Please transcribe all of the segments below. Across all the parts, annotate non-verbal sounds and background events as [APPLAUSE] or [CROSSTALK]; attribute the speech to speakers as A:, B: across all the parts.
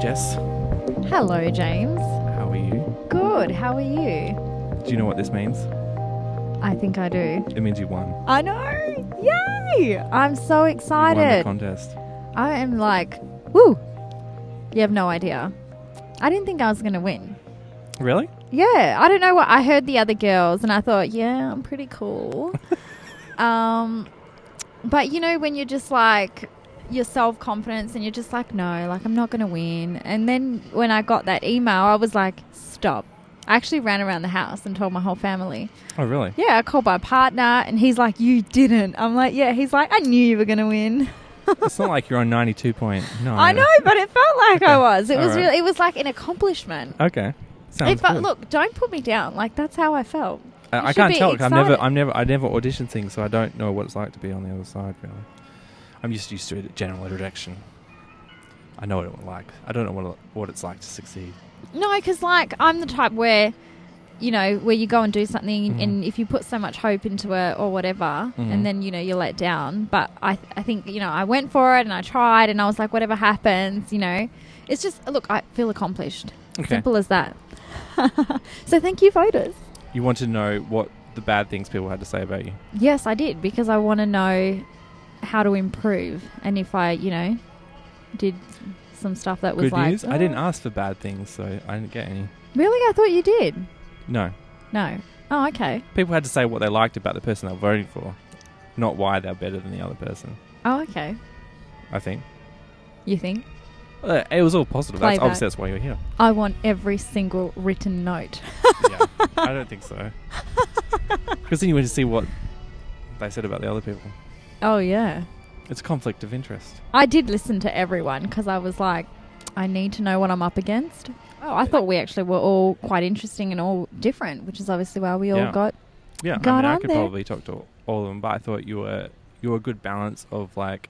A: Jess.
B: Hello, James.
A: How are you?
B: Good. How are you?
A: Do you know what this means?
B: I think I do.
A: It means you won.
B: I know. Yay! I'm
A: You
B: so
A: won the
B: excited.
A: contest.
B: I am like, woo. You have no idea. I didn't think I was going to win.
A: Really?
B: Yeah, I don't know what I heard the other girls, and I thought, yeah, I'm
A: [LAUGHS]
B: pretty cool. um, but you know when you're just like your self confidence, and you're just like, no, like I'm not gonna win. And then when I got that email, I was like, stop. I actually ran around the house and told my whole family.
A: Oh,
B: [LAUGHS]
A: really?
B: Yeah, I called my partner, and he's like, you didn't. I'm like, yeah. He's like, I knew you were gonna win.
A: it's not like you're on 92.9.
B: I know, but it felt like I
A: Oh, Okay.
B: was. It was
A: Alright.
B: real. It was like an accomplishment.
A: Okay. Sounds
B: it felt,
A: good.
B: uh, look, don't put me down. Like that's how I felt.
A: I,
B: you
A: I
B: should
A: can't
B: be
A: tell. 'cause I'm never.
B: excited.
A: I'm never. I never audition things, so I don't know what it's like to be on the other side. Really, I'm just used to it. General introduction. I know what it was like. I don't know what it- what it's like to succeed.
B: No, because like I'm the type where, you know, where you go and do something,
A: Mhm.
B: and if you put so much hope into it or whatever,
A: Mhm.
B: and then you know you're let down. But I, th- I think you know I went for it and I tried, and I was like, whatever happens, you know, it's just look, I feel accomplished.
A: Okay.
B: Simple as that. [LAUGHS] so thank you, voters.
A: You want to know what the bad things people had to say about you.
B: Yes, I did because I want to know how to improve, and if I, you know, did some stuff that was
A: Good
B: like
A: news. I didn't
B: "Oh."
A: ask for bad things, so I didn't get any.
B: Really, I thought you did.
A: No.
B: No. Oh, okay.
A: People had to say what they liked about the person they're voting for, not why they're better than the other person.
B: Oh, okay.
A: I think
B: You think?
A: Uh, it was all positive. That's,
B: Playback.
A: obviously, that's why you're here.
B: I want every single written note.
A: yeah, I don't think so. Because then you went to see what they said about the other people.
B: [LAUGHS] Oh, yeah.
A: It's a conflict of interest.
B: I did listen to everyone because I was like, I need to know what I'm up against. Oh, I thought we actually were all quite interesting and all different, which is obviously why we all
A: Yeah.
B: got.
A: Yeah, I
B: Got
A: mean, I
B: on
A: could
B: there.
A: probably talk to all of them, but I thought you were you were a good balance of like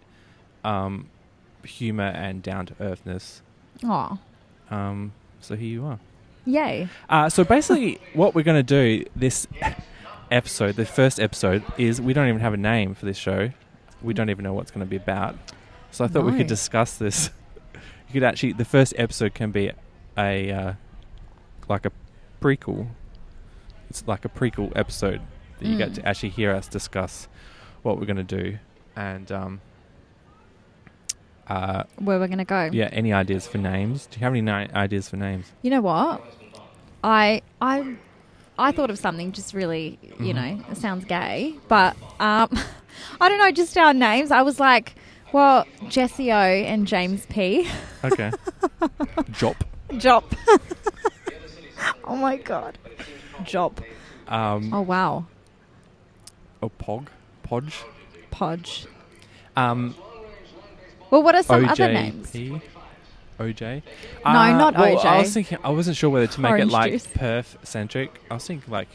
A: um, humor and down to earthness.
B: Oh,
A: Um, so here you are.
B: yay.
A: Uh, so basically, what we're going to do this episode, the first episode, is we don't even have a name for this show. We don't even know what it's going to be about. So I thought we could
B: No.
A: discuss this. [LAUGHS] you could actually, the first episode can be a uh, like a prequel. It's like a prequel episode that you get
B: Mm.
A: to actually hear us discuss what we're going to do and um, uh,
B: Where we're going to go.
A: yeah, any ideas for names? Do you have any ni- ideas for names?
B: You know what? I I I thought of something just really,
A: Mm-hmm.
B: you know, it sounds gay, but um, [LAUGHS] I don't know, just our names. I was like, well, Jesse O and James P.
A: Okay, Jop.
B: Jop. [LAUGHS] oh my god. Jop.
A: Um,
B: Oh wow.
A: Oh, Pog? Podge?
B: Podge.
A: Um,
B: Well, what are some other names?
A: OJP? OJ?
B: No, not
A: Uh, well, I
B: OJ.
A: was thinking, I wasn't sure whether to make
B: Orange
A: it like
B: juice.
A: Perth centric. I was thinking like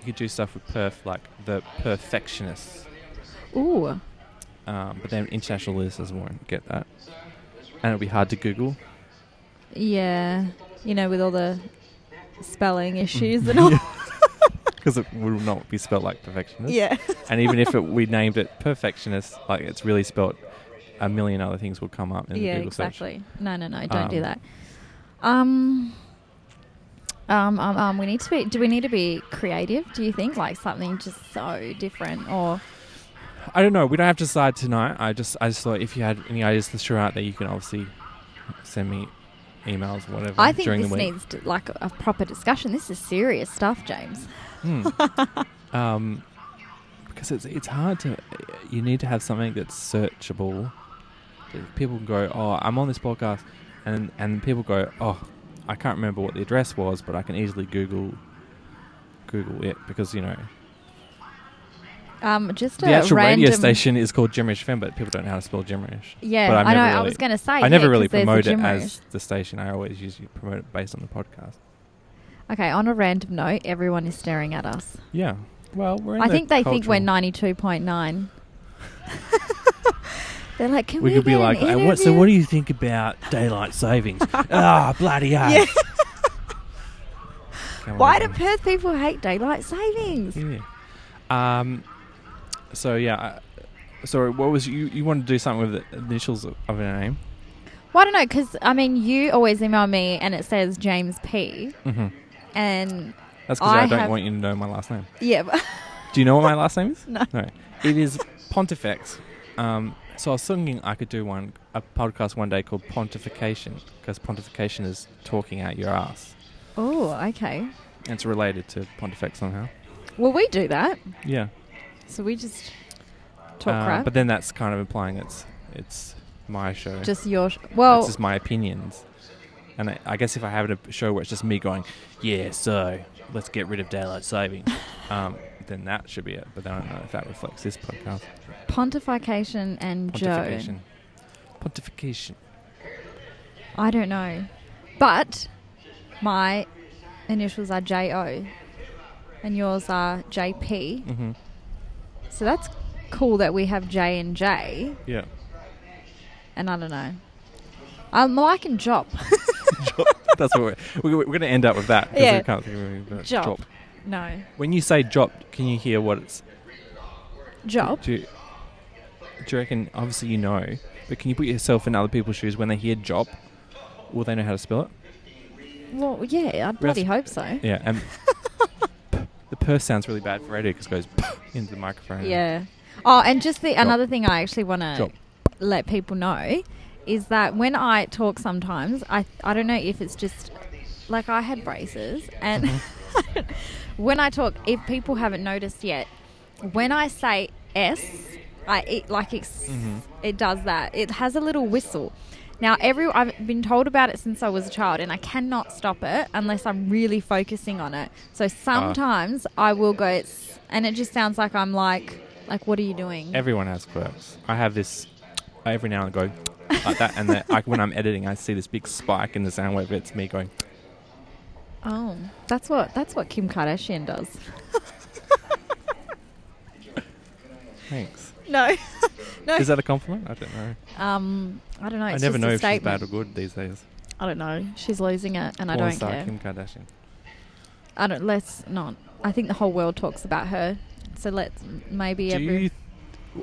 A: you could do stuff with Perth, like the perfectionists.
B: Ooh.
A: Um, but then international listeners won't get that. And it'll be hard to Google.
B: Yeah. You know, with all the
A: Mm.
B: spelling
A: [LAUGHS]
B: issues and all.
A: Because it will not be spelled like perfectionist.
B: Yeah.
A: And even
B: [LAUGHS]
A: if it, we named it perfectionist, like it's really spelled, a million other things will come up in
B: yeah,
A: the Google search.
B: exactly. No, no, no. Don't do
A: Um,
B: that. Um, um, um, um, we need to be. Do we need to be creative? Do you think like something just so different or?
A: I don't know. We don't have to decide tonight. I just I just thought if you had any ideas for sure out there, you can obviously send me emails or whatever
B: I think
A: during
B: this
A: the week.
B: needs to, like a proper discussion. This is serious stuff, James. [LAUGHS]
A: Hmm. um, because it's it's hard to you need to have something that's searchable. that People can go, oh, I'm on this podcast, and and people go, oh, I can't remember what the address was, but I can easily Google Google it because you know
B: Um, just
A: the
B: a
A: actual
B: random.
A: radio station is called Gimmerish FM, but people don't know how to spell Gimmerish.
B: Yeah,
A: but I've
B: I know.
A: never
B: I
A: really-
B: was going to say.
A: I never
B: yeah,
A: really
B: 'cause there's a
A: promote it
B: gym
A: as
B: room.
A: the station. I always usually promote it based on the podcast.
B: Okay, on a random note, everyone is staring at us.
A: Yeah. Well, we're. In
B: I
A: the
B: think they think we're
A: cultural-
B: ninety-two
A: [LAUGHS]
B: point nine. They're like, can we,
C: We could be
B: get an
C: like, "Hey, what, so
B: interview?"
C: what do you think about
B: [LAUGHS]
C: daylight savings? ah, bloody hell.
B: Yeah.
A: Come on,
B: Why do
A: everyone.
B: Perth people hate daylight savings?
A: Yeah. Um. So yeah. I, sorry. What was you? You wanted to do something with the initials of, of a name?
B: Well, I don't know because I mean, you always email me and it says James P.
A: hmm
B: And
A: That's because I,
B: I
A: don't
B: have-
A: want you to know my last name.
B: yeah, [LAUGHS]
A: Do you know what my last name is?
B: No.
A: No. It is Pontifex. Um, so I was thinking I could do one a podcast one day called Pontification because pontification is talking out your ass.
B: oh, okay.
A: And it's related to Pontifex somehow.
B: Well, we do that,
A: Yeah.
B: so we just talk
A: Um,
B: crap.
A: But then that's kind of implying it's it's my show.
B: just your sh-
A: Well,
B: well,
A: it's just my opinions. And I, I guess if I have a show where it's just me going,
C: Yeah, so let's get rid of
B: [LAUGHS]
C: daylight savings.
A: um, then that should be it. But then I don't know if that reflects this podcast.
B: pontification and Joe.
A: Pontification. Pontification.
B: I don't know, but my initials are J O, and yours are J P.
A: hmm
B: So that's cool that we have J and J.
A: Yeah. [LAUGHS]
B: And I don't know. Um, I'm
A: [LAUGHS]
B: liking Job.
A: That's what we're, we're, we're going to end up with that. 'cause
B: Yeah.
A: we can't think of anything but
B: Jop.
A: jop.
B: No,
A: When you say jop, can you hear what it's?
B: Job.
A: Do you, do you reckon? Obviously, you know, but can you put yourself in other people's shoes when they hear jop? Will they know how to spell it?
B: Well, yeah, I bloody hope so.
A: Yeah. And [LAUGHS] p- the purse sounds really bad for radio because it goes p- [LAUGHS] into the microphone.
B: Yeah. Oh, and just the
A: Job.
B: another thing I actually want to
A: Job.
B: let people know is that when I talk sometimes, I I don't know if it's just like I had braces and [LAUGHS] when I talk, if people haven't noticed yet, when I say S, I it like it's, it does that. It has a little whistle. Now, every I've been told about it since I was a child, and I cannot stop it unless I'm really focusing on it. So sometimes I will go, "S," and it just sounds like I'm like, like, what are you doing?
A: Everyone has quirks. I have this. I every now and then go [LAUGHS] like that, and then I, when I'm editing, I see this big spike in the sound wave. It's me going.
B: oh, that's what that's what Kim Kardashian does. [LAUGHS]
A: Thanks.
B: No,
A: [LAUGHS]
B: no.
A: Is that a compliment? I don't know.
B: um, I don't know. It's
A: I never
B: just
A: know
B: a
A: if she's bad
B: statement.
A: or good these days.
B: I don't know. She's losing it, and I
A: Porn
B: don't
A: star
B: care.
A: Kim Kardashian.
B: I don't. Let's not. I think the whole world talks about her. So let's maybe
A: Do
B: every
A: you th-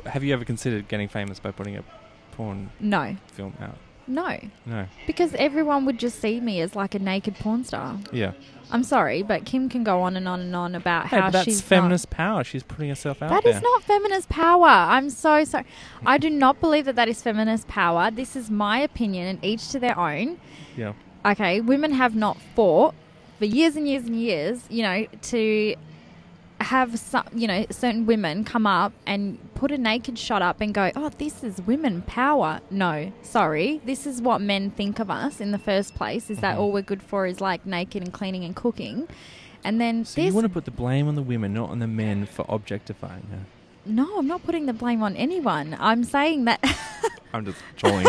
A: have you ever considered getting famous by putting a porn
B: no,
A: film out?
B: no,
A: No.
B: because everyone would just see me as like a naked porn star.
A: Yeah.
B: I'm sorry, but Kim can go on and on and on about
A: Hey,
B: how
A: but that's
B: she's
A: feminist power. She's putting herself out
B: Not, that
A: there.
B: is not feminist power. I'm so sorry. I do not believe that that is feminist power. This is my opinion, and each to their own.
A: Yeah.
B: okay, women have not fought for years and years and years, you know, to have some, you know, certain women come up and put a naked shot up and go, oh, this is women power. No, sorry. This is what men think of us in the first place is that
A: Mhm.
B: all we're good for is like naked and cleaning and cooking. And then
A: So
B: this.
A: you want to put the blame on the women, not on the men, for objectifying her.
B: no, I'm not putting the blame on anyone. I'm saying that. [LAUGHS]
A: I'm just trolling.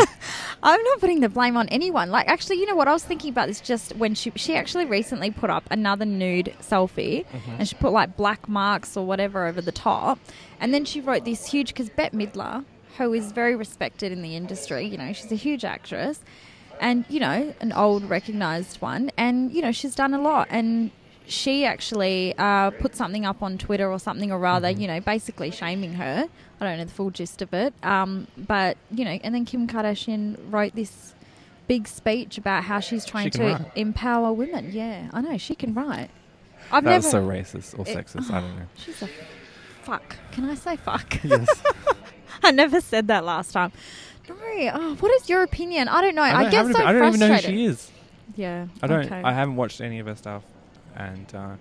B: I'm not putting the blame on anyone. Like, actually, you know what? I was thinking about this just when she she actually recently put up another nude selfie, and she put like black marks or whatever over the top, and then she wrote this huge because Bette Midler, who is very respected in the industry, you know, she's a huge actress, and you know, an old recognized one, and you know, she's done a lot, and she actually uh, put something up on Twitter or something, or rather, you know, basically shaming her. I don't know the full gist of it. Um, but, you know, and then Kim Kardashian wrote this big speech about how she's trying
A: can
B: to
A: write.
B: empower women. Yeah, I know, she can write. I've
A: that
B: never.
A: was so racist or
B: It-
A: sexist. I don't know.
B: [SIGHS] she's a fuck. Can I say fuck? [LAUGHS]
A: Yes.
B: I never said that last time. No, oh, what is your opinion? I don't know. I,
A: don't
B: get
A: have
B: so
A: an opi- I don't even
B: frustrated.
A: know who she is.
B: Yeah.
A: I don't.
B: okay.
A: I haven't watched any of her stuff, and uh,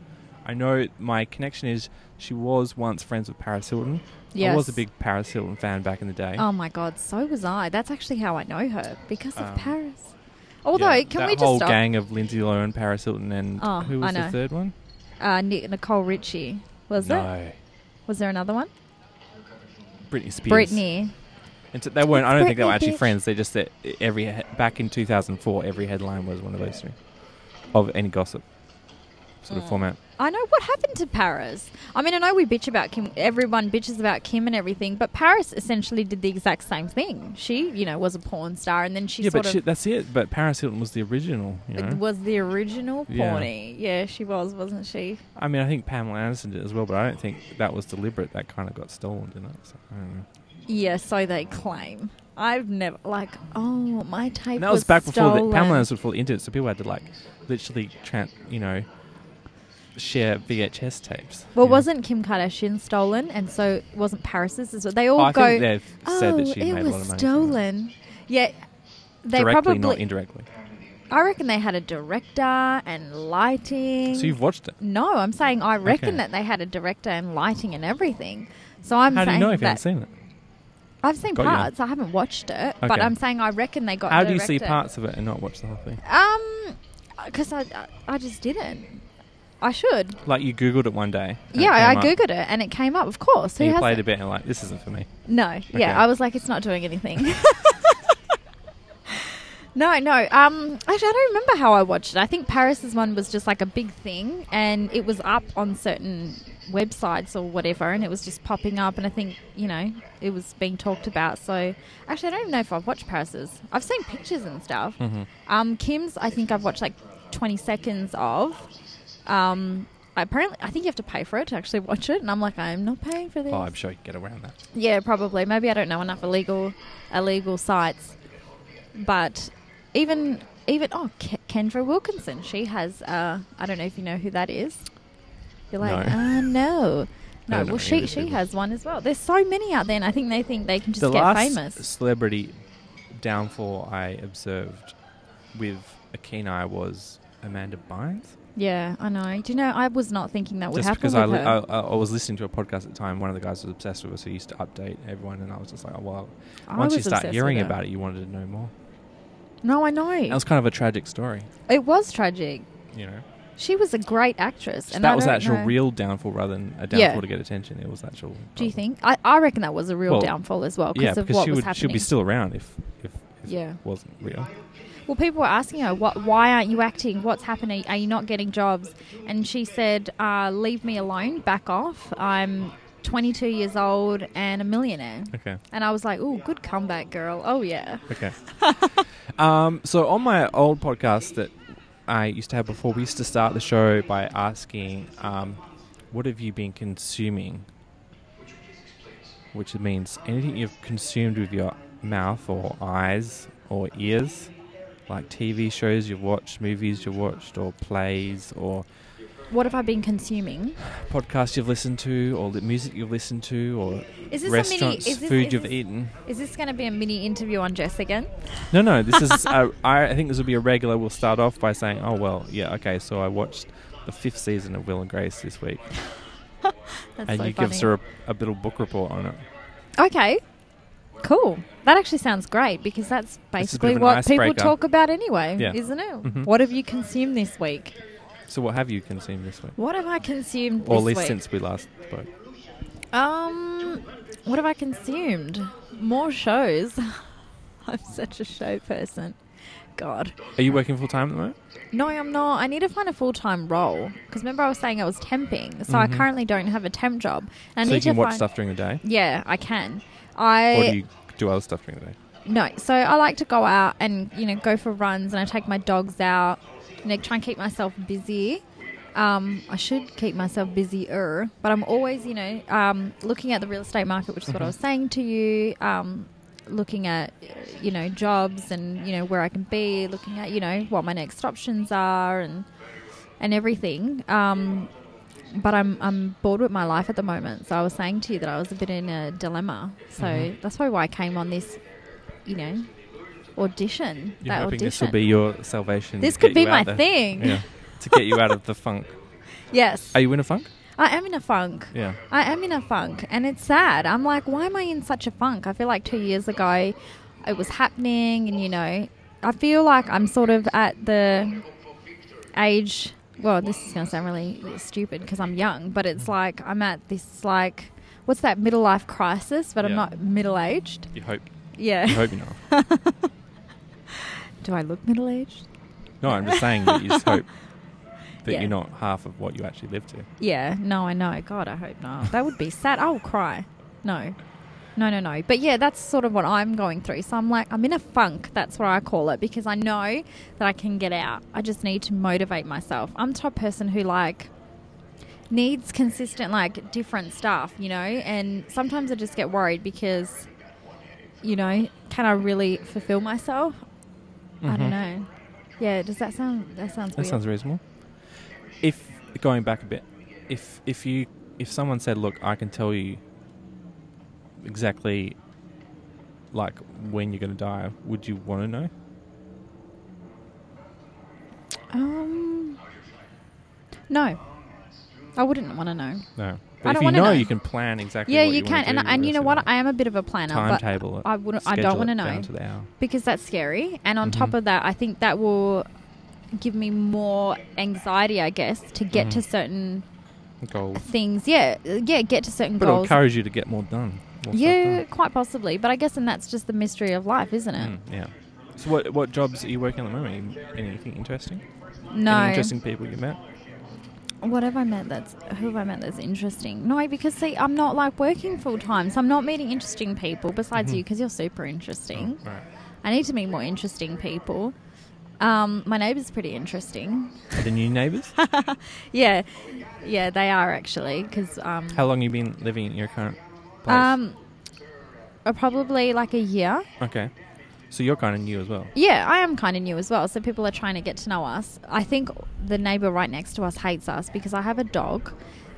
A: I know my connection is she was once friends with Paris Hilton. I was a
B: Yes.
A: big Paris Hilton fan back in the day.
B: Oh my god, so was I. That's actually how I know her because of
A: Um,
B: Paris. Although,
A: Yeah,
B: can
A: that
B: we just
A: whole
B: stop?
A: gang of Lindsay Lohan, Paris Hilton, and
B: Oh,
A: who
B: I
A: was the
B: know.
A: third one?
B: Uh, Ni- Nicole Richie was
A: no,
B: it? Was there another one?
A: Britney Spears.
B: Brittany.
A: And so they weren't. I
B: It's
A: don't think they were
B: Britney,
A: actually
B: bitch.
A: friends. They just that every he- back in 2004, every headline was one of those two of any gossip sort of
B: Mm.
A: format.
B: I know what happened to Paris. I mean, I know we bitch about Kim. Everyone bitches about Kim and everything, but Paris essentially did the exact same thing. She, you know, was a porn star, and then she
A: yeah,
B: sort
A: but
B: of
A: shit, that's it. But Paris Hilton was the original. You know,
B: was the original
A: Yeah.
B: porny. yeah, she was, wasn't she?
A: I mean, I think Pamela Anderson did as well, but I don't think that was deliberate. That kind of got stolen, didn't it? So, I don't know.
B: Yeah, so they claim. I've never like oh my tape.
A: And that was, back before the
B: stolen.
A: Pamela's was before the internet, so people had to like literally, tran you know, share VHS tapes.
B: Well,
A: you know.
B: wasn't Kim Kardashian stolen, and so wasn't Paris's? Is what they all
A: Oh, I
B: go.
A: think they've said
B: oh,
A: that she
B: it
A: made a
B: was
A: lot of money. from it.
B: stolen. Yeah, they
A: Directly,
B: probably.
A: not indirectly.
B: I reckon they had a director and lighting.
A: So you've watched it.
B: no, I'm saying I reckon
A: Okay.
B: that they had a director and lighting and everything. So I'm
A: How do
B: saying
A: you know if you
B: that
A: haven't seen it?
B: I've seen
A: Got you.
B: parts. I haven't watched it, but
A: Okay.
B: I'm saying I reckon they got.
A: How do you see
B: directed.
A: parts of it and not watch the whole thing?
B: Um, because I, I I just didn't. I should.
A: Like you googled it one day. and it
B: yeah, I, I
A: came up,
B: googled it and it came up. Of course, who
A: and you
B: has
A: played a bit and like this isn't for me.
B: No,
A: Okay.
B: yeah, I was like, it's not doing anything. [LAUGHS] no, no. Um, actually, I don't remember how I watched it. I think Paris's one was just like a big thing, and it was up on certain websites or whatever, and it was just popping up. And I think you know it was being talked about. So actually, I don't even know if I've watched Paris's. I've seen pictures and stuff.
A: Mhm.
B: Um, Kim's, I think I've watched like twenty seconds of. Um, apparently, I think you have to pay for it to actually watch it, and I'm like, I'm not paying for this.
A: Oh, I'm sure you can get around that.
B: Yeah, probably. Maybe I don't know enough illegal illegal sites. But even even oh, Ke- Kendra Wilkinson, she has. Uh, I don't know if you know who that is. You're like,
A: No.
B: ah, no.
A: I
B: No,
A: don't know
B: well,
A: any of
B: she
A: these
B: she
A: people.
B: has one as well. There's so many out there, and I think they think they can just
A: the
B: get
A: last
B: famous.
A: celebrity downfall I observed with a keen eye was Amanda Bynes.
B: Yeah, I know. Do you know? I was not thinking that would
A: just
B: happen
A: because
B: with
A: I, li- uh,
B: her.
A: I, I I was listening to a podcast at the time, one of the guys was obsessed with us. He used to update everyone, and I was just like, oh, well,
B: I
A: once you
B: was
A: start
B: obsessed
A: hearing
B: with her.
A: about it, you wanted to know more.
B: No, I know.
A: That was kind of a tragic story,
B: it was tragic.
A: you know.
B: She was a great actress, and I
A: that was
B: don't
A: actual
B: know-
A: real downfall rather than a downfall
B: Yeah.
A: to get attention. It was actual.
B: Do
A: problem.
B: you think? I, I reckon that was a real
A: Well,
B: downfall as well because
A: yeah,
B: of
A: because
B: what
A: she
B: was
A: would
B: happening.
A: she'd be still around if if, if
B: Yeah.
A: it wasn't real.
B: Well, people were asking her, what, why aren't you acting? What's happening? Are you not getting jobs? And she said, uh, leave me alone, back off. I'm 22 years old and a millionaire.
A: Okay.
B: And I was like, oh, good comeback, girl. Oh, yeah.
A: Okay. [LAUGHS] um, so on my old podcast that I used to have before, we used to start the show by asking, um, "What have you been consuming?" Which means anything you've consumed with your mouth or eyes or ears, like TV shows you've watched, movies you've watched, or plays, or
B: What have I been consuming?
A: podcasts you've listened to, or the music you've listened to, or
B: Is this a mini?
A: restaurants,
B: Is this,
A: food
B: is
A: you've
B: this,
A: eaten.
B: Is this going to be a mini interview on Jess again?
A: No, no. This is. uh, [LAUGHS] I I think this will be a regular. We'll start off by saying, "Oh well, yeah, okay." So I watched the fifth season of Will and Grace this week,
B: That's
A: and
B: so
A: you
B: funny.
A: give us a, a little book report on it.
B: Okay. Cool. That actually sounds great because that's
A: It's a bit
B: basically
A: of an
B: what people
A: icebreaker.
B: talk about anyway,
A: Yeah.
B: isn't it?
A: Mhm.
B: What have you consumed this week?
A: So what have you consumed this week,
B: What have I consumed
A: or at
B: this
A: least
B: week?
A: since we last spoke?
B: um, what have I consumed? More shows. [LAUGHS] I'm such a show person. God.
A: Are you working full time at the moment?
B: No, I'm not. I need to find a full time role because remember I was saying I was temping, so I
A: Mhm.
B: currently don't have a temp job. And I
A: so
B: need
A: you can
B: to
A: watch
B: find-
A: stuff during the day,
B: Yeah, I can.
A: or
B: I
A: do you do other stuff during the day?
B: No, so I like to go out and you know go for runs, and I take my dogs out. You know, try and keep myself busy. Um, I should keep myself busier, but I'm always you know um, looking at the real estate market, which is what I was saying to you. Um, looking at you know jobs and you know where I can be, looking at you know what my next options are and and everything. Um, but I'm I'm bored with my life at the moment. So I was saying to you that I was a bit in a dilemma. So
A: Mhm.
B: that's probably why I came on this, you know, audition.
A: You're
B: that
A: hoping
B: audition.
A: this will be your salvation.
B: This
A: to
B: could
A: get
B: be
A: you out
B: my
A: the-
B: thing.
A: [LAUGHS] Yeah, to get you out of the funk.
B: Yes,
A: Are you in a funk?
B: I am in a funk.
A: Yeah.
B: I am in a funk, and it's sad. I'm like, why am I in such a funk? I feel like two years ago, it was happening, and you know, I feel like I'm sort of at the age. Well, this is gonna sound really stupid because I'm young, but it's like I'm at this like, what's that middle life crisis? But I'm
A: Yeah.
B: not middle aged.
A: You hope. You
B: Yeah. [LAUGHS]
A: hope you're not.
B: Do I look middle aged?
A: No, I'm just saying that you just
B: [LAUGHS]
A: hope that
B: Yeah.
A: you're not half of what you actually live to.
B: Yeah, no, I know. God, I hope not. That would be sad. I'll cry. No. No, no, no. But yeah, that's sort of what I'm going through. So I'm like, I'm in a funk. That's what I call it because I know that I can get out. I just need to motivate myself. I'm the type of person who, like, needs consistent, like, different stuff, you know? And sometimes I just get worried because you know, can I really fulfill myself? I
A: Mhm.
B: don't know. Yeah, does that sound that sounds
A: That
B: weird?
A: sounds reasonable. If going back a bit, if if you if someone said, "Look, I can tell you exactly like when you're going to die," would you want to know?
B: um, no, I wouldn't want to know.
A: No. But
B: I
A: if
B: don't
A: you
B: wanna
A: know,
B: know.
A: you can plan exactly.
B: yeah,
A: what
B: you,
A: wanna
B: can, and
A: do
B: and
A: with
B: you
A: the
B: know what?
A: rest of
B: I am a bit of a planner, but
A: timetable. it,
B: I wouldn't. I
A: schedule
B: don't want
A: it
B: to know
A: down to the hour.
B: because that's scary. And on
A: Mhm.
B: top of that, I think that will give me more anxiety, I guess, to get
A: Mhm.
B: to certain
A: Goals.
B: things. Yeah, uh, yeah, get to certain
A: But it'll
B: goals.
A: encourage you to get more done. more stuff
B: Yeah,
A: done.
B: quite possibly. But I guess, and that's just the mystery of life, isn't it?
A: Mm, yeah. So what what jobs are you working at the moment? Anything interesting? Any
B: No.
A: interesting people you met?
B: What have I met that's who have I met that's interesting? No, because see, I'm not like working full time, so I'm not meeting interesting people besides
A: Mhm.
B: you you because you're super interesting.
A: Oh, right.
B: I need to meet more interesting people. Um, my neighbor's pretty interesting. [LAUGHS]
A: Are the new neighbours?
B: yeah, yeah, they are actually because um,
A: How long you been living in your current place?
B: um, uh, probably like a year.
A: okay. So you're kind of new as well.
B: Yeah, I am kind of new as well, so people are trying to get to know us. I think the neighbor right next to us hates us because I have a dog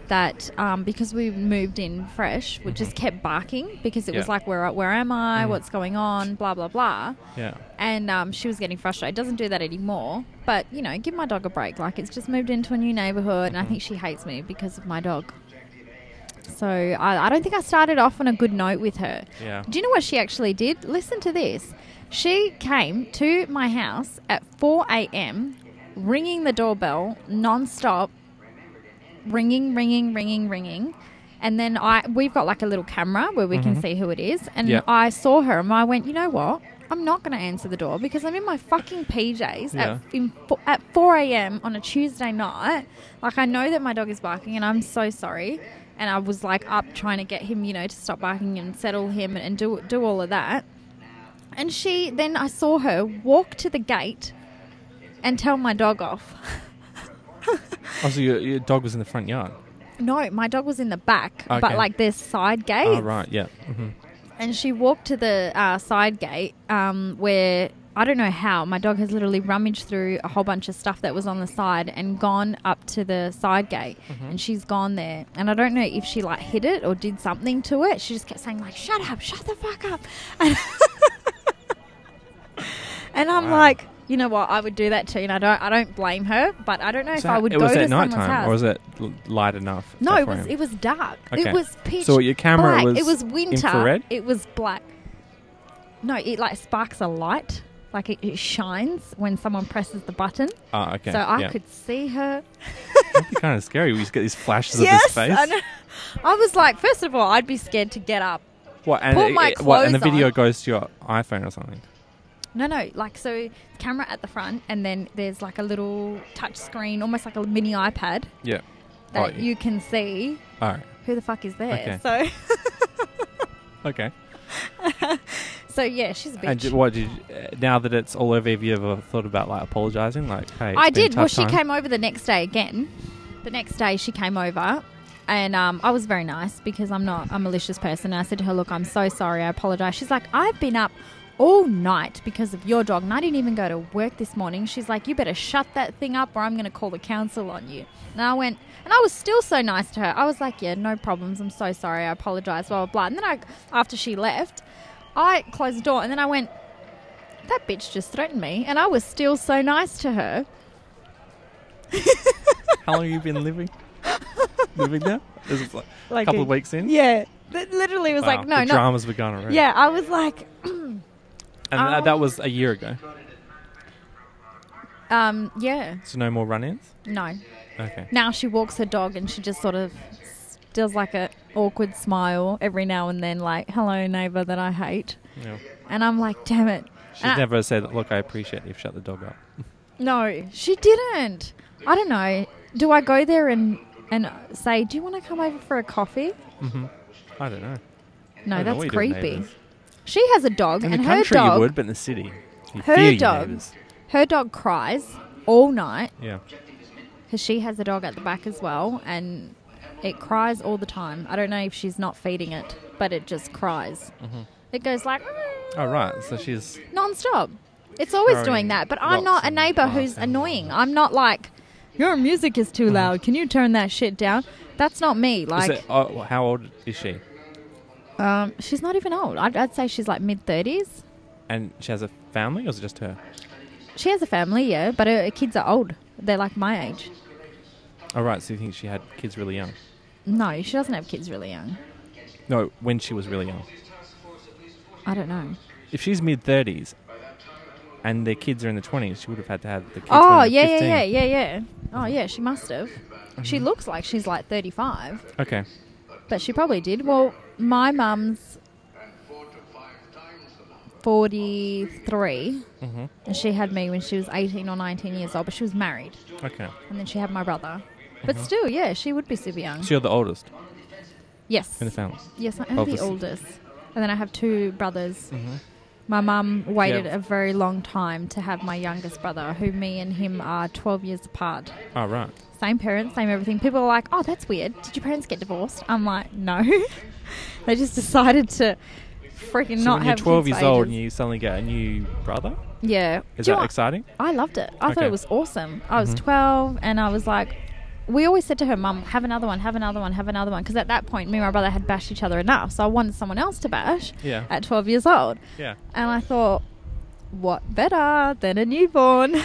B: that, um, because we moved in fresh, would just kept barking because it was
A: Yeah.
B: like, where, where am I?
A: Mhm.
B: What's going on? Blah, blah, blah.
A: Yeah.
B: And um, she was getting frustrated. Doesn't do that anymore. But, you know, give my dog a break. Like, it's just moved into a new neighborhood, and I think she hates me because of my dog. So I, I don't think I started off on a good note with her.
A: Yeah.
B: Do you know what she actually did? Listen to this. She came to my house at 4 a.m., ringing the doorbell non-stop, ringing, ringing, ringing, ringing. And then I, we've got like a little camera where we can see who it is. And
A: Mm-hmm. Yeah.
B: I saw her and I went, you know what? I'm not going to answer the door because I'm in my fucking PJs
A: Yeah.
B: at, in, fo- at 4 a.m. on a Tuesday night. Like, I know that my dog is barking and I'm so sorry. And I was like up trying to get him, you know, to stop barking and settle him and do, do all of that. And she, then I saw her walk to the gate and tell my dog off. [LAUGHS]
A: Oh, so your, your dog was in the front yard.
B: No, my dog was in the back,
A: Okay.
B: but like their side gate.
A: Oh, right. Yeah. hmm
B: And she walked to the uh, side gate um, where I don't know how my dog has literally rummaged through a whole bunch of stuff that was on the side and gone up to the side gate.
A: Mm-hmm.
B: And she's gone there. And I don't know if she like hit it or did something to it. She just kept saying like, "Shut up! Shut the fuck up!" [LAUGHS] And, and I'm
A: Wow.
B: like, you know what? I would do that too. And I don't. I don't blame her, but I don't know if I would
A: it
B: go
A: was
B: to
A: at night
B: someone's
A: time,
B: house.
A: or was it l- light enough?
B: No, it
A: for
B: was
A: him?
B: it was dark.
A: Okay.
B: It was pitch.
A: So your camera
B: black.
A: was
B: it was winter.
A: infrared?
B: It was black. No, it like sparks a light. Like it, it shines when someone presses the button.
A: Ah, okay.
B: so I
A: yeah.
B: could see her.
A: kind of scary. We just get these flashes
B: yes,
A: of his
B: I,
A: face.
B: know. I was like, first of all, I'd be scared to get up.
A: What? And
B: Put my
A: what? And the
B: clothes
A: video
B: on.
A: goes to your iPhone or something.
B: No, no, like so, camera at the front, and then there's like a little touch screen, almost like a mini iPad
A: Yeah.
B: that
A: Oh,
B: you can see
A: All right.
B: who the fuck is there.
A: Okay.
B: So, [LAUGHS]
A: Okay.
B: so yeah, she's a bitch.
A: And d- what did you, uh, now that it's all over? Have you ever thought about like apologizing? Like, hey, it's
B: I
A: been a
B: did. Well,
A: tough
B: she
A: time.
B: came over the next day again. The next day, she came over, and um, I was very nice because I'm not a malicious person. And I said to her, "Look, I'm so sorry. I apologize." She's like, "I've been up all night because of your dog, and I didn't even go to work this morning." She's like, "You better shut that thing up, or I'm going to call the council on you." And I went, and I was still so nice to her. I was like, "Yeah, no problems. I'm so sorry. I apologize." Blah blah. blah. And then I, after she left, I closed the door, and then I went. That bitch just threatened me, and I was still so nice to her.
A: How long have you been
B: [LAUGHS]
A: living? living there? This is like a
B: like
A: couple
B: a-
A: of weeks in.
B: Yeah, that literally was
A: Wow,
B: like no,
A: the
B: no.
A: dramas begun already.
B: Yeah, I was like,
A: and tha- that
B: um,
A: was a year ago.
B: um, yeah,
A: So no more run-ins.
B: no.
A: Okay.
B: Now she walks her dog and she just sort of s- does like a awkward smile every now and then, like "Hello, neighbor that I hate,"
A: Yeah.
B: and I'm like, "Damn it!"
A: She's
B: And I-
A: never said, "Look, I appreciate you've shut the dog up."
B: no, she didn't. I don't know. Do I go there and and say, "Do you want to come over for a coffee?"
A: hmm I don't know.
B: No,
A: I don't know
B: that's
A: what you do with
B: creepy.
A: neighbours.
B: She has a dog,
A: In
B: and
A: the
B: her
A: country,
B: dog,
A: you would, but in the city, you
B: her
A: fear your
B: dog-
A: neighbours.
B: her dog cries all night.
A: Yeah.
B: because she has a dog at the back as well, and it
A: Mm-hmm.
B: cries all the time. I don't know if she's not feeding it, but it just cries. It goes like, "Mm,"
A: Oh right, so she's
B: non-stop. It's always
A: Throwing
B: doing that. But I'm
A: rocks
B: not a
A: and
B: neighbor
A: glass
B: who's
A: and- Mm-hmm.
B: annoying. I'm not like your music is too loud. Can you turn that shit down? That's not me.
A: is
B: Like,
A: it, oh, how old is she?
B: um, she's not even old. I'd, I'd say she's like mid thirties.
A: And she has a family, or is it just her?
B: She has a family, yeah, but her, her kids are old. They're like my age.
A: Oh right, so you think she had kids really young?
B: No, she doesn't have kids really young.
A: No, when she was really young.
B: I don't know.
A: If she's mid thirties, and their kids are in the twenties, she would have had to have the kids.
B: oh
A: when they were
B: yeah,
A: 15.
B: yeah, yeah, yeah, yeah. Oh yeah, she must have. She
A: Mm-hmm.
B: looks like she's like thirty-five.
A: Okay,
B: But she probably did. Well, my mum's 43,
A: Mhm.
B: and she had me when she was 18 or 19 years old, but she was married,
A: okay.
B: and then she had my brother. But
A: Uh-huh.
B: still, yeah, she would be super young.
A: So you're the oldest
B: Yes.
A: in the family.
B: Yes, I am the
A: Obviously.
B: oldest. And then I have two brothers. My mum waited
A: Yeah.
B: a very long time to have my youngest brother, who me and him are 12 years apart.
A: Oh right.
B: same parents, same everything. People are like, "Oh, that's weird. Did your parents get divorced?" I'm like, "No, [LAUGHS] they just decided to freaking
A: So
B: not
A: when
B: have."
A: you're 12
B: kids
A: years
B: for
A: old and
B: ages."
A: you suddenly get a new brother,
B: yeah,
A: is
B: Do you
A: that
B: know what?
A: exciting?
B: I loved it. I thought
A: Okay. Mm-hmm.
B: it was awesome. I was 12, and I was like, we always said to her mum, "Have another one, have another one, have another one," because at that point, me and my brother had bashed each other enough, so I wanted someone else to bash.
A: Yeah.
B: At 12 years old,
A: Yeah.
B: and I thought, what better than a newborn? [LAUGHS]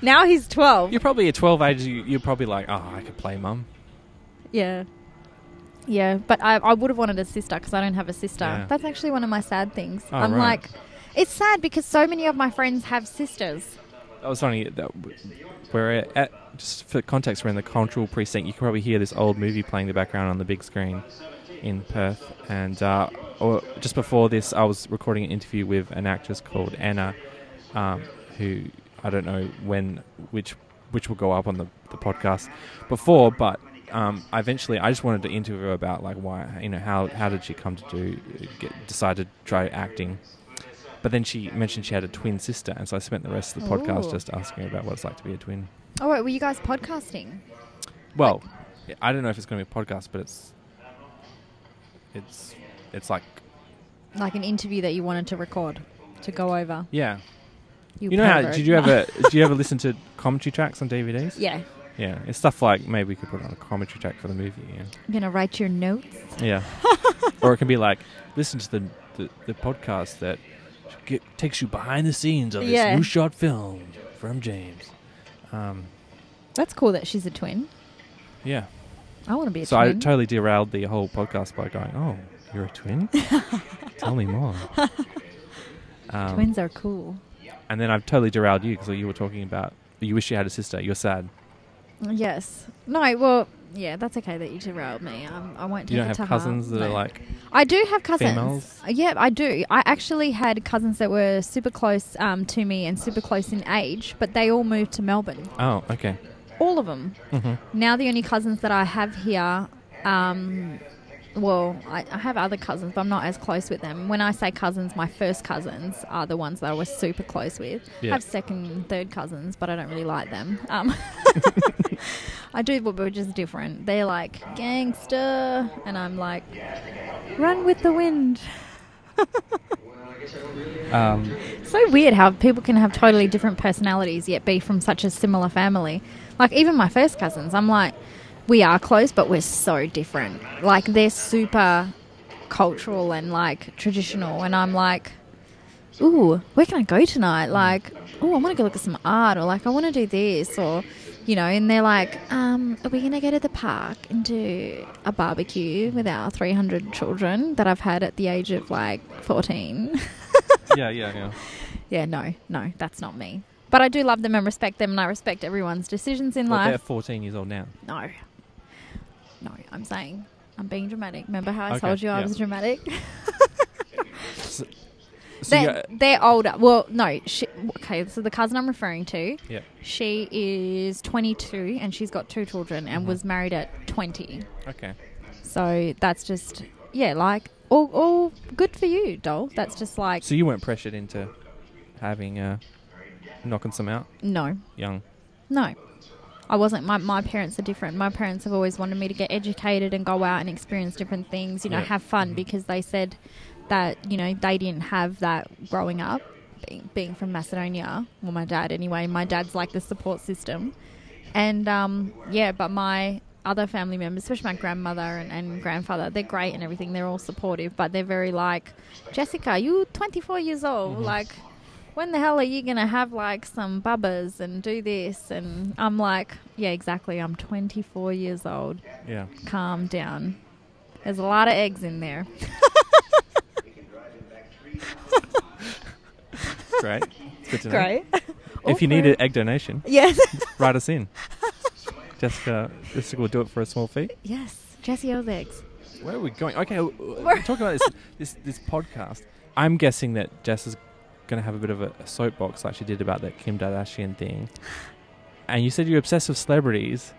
B: now he's 12.
A: You're probably at 12 age. You, you're probably like, oh, I could play mum.
B: Yeah. Yeah, but I, I would have wanted a sister because I don't have a sister.
A: Yeah.
B: That's actually one of my sad things.
A: Oh,
B: I'm
A: right.
B: like, it's sad because so many of my friends have sisters.
A: That was funny. That w- we're at just for context, we're in the cultural precinct. You can probably hear this old movie playing in the background on the big screen in Perth. And uh, or just before this, I was recording an interview with an actress called Anna, um, who I don't know when which which will go up on the, the podcast before, but. Um, I eventually, I just wanted to interview her about like why, you know, how how did she come to do, get, decide to try acting, but then she mentioned she had a twin sister, and so I spent the rest of the podcast
B: Ooh.
A: just asking her about what it's like to be a twin.
B: Oh, wait, were you guys podcasting?
A: Well, I don't know if it's going to be a podcast, but it's it's it's like
B: Like an interview that you wanted to record to go over?
A: yeah. You know how?
B: pervert.
A: Did you ever [LAUGHS] did you ever listen to commentary tracks on DVDs?
B: [LAUGHS] yeah.
A: Yeah, it's stuff like maybe we could put on a commentary track for the movie. Yeah,
B: I'm going to write your notes.
A: yeah. [LAUGHS] or it can be like listen to the the, the podcast that
C: Get, takes you behind the scenes of this
B: Yeah.
C: new short film from James.
A: um
B: That's cool that she's a twin.
A: yeah.
B: I want to be a
A: So I
B: twin.
A: totally derailed the whole podcast by going, "Oh, you're a
B: [LAUGHS]
A: twin? Tell me more." Um,
B: Twins are cool.
A: And then I've totally derailed you because you were talking about you wish you had a sister. You're sad.
B: Yes. No, well, yeah, that's okay that you derailed me. Um, I won't take
A: You don't
B: it
A: have
B: to
A: cousins
B: heart.
A: that are
B: No.
A: like,
B: I do have cousins.
A: Females?
B: Yeah, I do. I actually had cousins that were super close um, to me and super close in age, but they all moved to Melbourne.
A: "Oh, okay."
B: All of them.
A: hmm
B: Now the only cousins that I have here, um, well, I, I have other cousins, but I'm not as close with them. When I say cousins, my first cousins are the ones that I was super close with.
A: Yeah.
B: I have second and third cousins, but I don't really like them. Um, [LAUGHS] I do, but we're just different. They're like gangster, and I'm like, run with the wind.
A: Um,
B: So weird how people can have totally different personalities yet be from such a similar family. Like even my first cousins, I'm like, we are close, but we're so different. Like they're super cultural and like traditional, and I'm like, ooh, where can I go tonight? Like, oh, I want to go look at some art, or like I want to do this, or you know. And they're like, um, are we gonna go to the park and do a barbecue with our 300 children that I've had at the age of like [LAUGHS] 14?
A: [LAUGHS] yeah, yeah, yeah.
B: Yeah, no, no, that's not me. But I do love them and respect them, and I respect everyone's decisions in
A: Well, they're
B: life.
A: 14 years old now.
B: No, no, I'm saying I'm being dramatic. Remember how I
A: Okay,
B: told you I
A: yeah.
B: was dramatic?
A: So uh,
B: they're, they're older. Well, no. She, okay, so the cousin I'm referring to,
A: yeah,
B: she is 22 and she's got two children and
A: Mm-hmm.
B: was married at 20.
A: yeah, okay.
B: So that's just, yeah, like, all, all good for you, doll. That's just like,
A: So you weren't pressured into having uh, knocking some out
B: no.
A: young.
B: No. I wasn't. My, my parents are different. My parents have always wanted me to get educated and go out and experience different things, you know,
A: Yeah.
B: have fun because they said that you know they didn't have that growing up, being, being from Macedonia. Well, my dad anyway. My dad's like the support system, and um, yeah. But my other family members, especially my grandmother and, and grandfather, they're great and everything. They're all supportive, but they're very like, Jessica, you 24 years old, like. When the hell are you gonna have like some bubbers and do this? And I'm like, yeah, exactly. I'm 24 years old
A: Yeah.
B: calm down. There's a lot of eggs in there.
A: Great. It's good to know.
B: Great. [LAUGHS]
A: If you need
B: Awkward.
A: an egg donation,
B: Yes.
A: write us in. Jessica, Jessica will do it for a small fee.
B: yes. Jesse owes eggs.
A: Where are we going? Okay, w- w-
B: We're-
A: talk about this, this this podcast. I'm guessing that Jess is going to have a bit of a, a soapbox like she did about that Kim Kardashian thing. And you said you're obsessed with celebrities,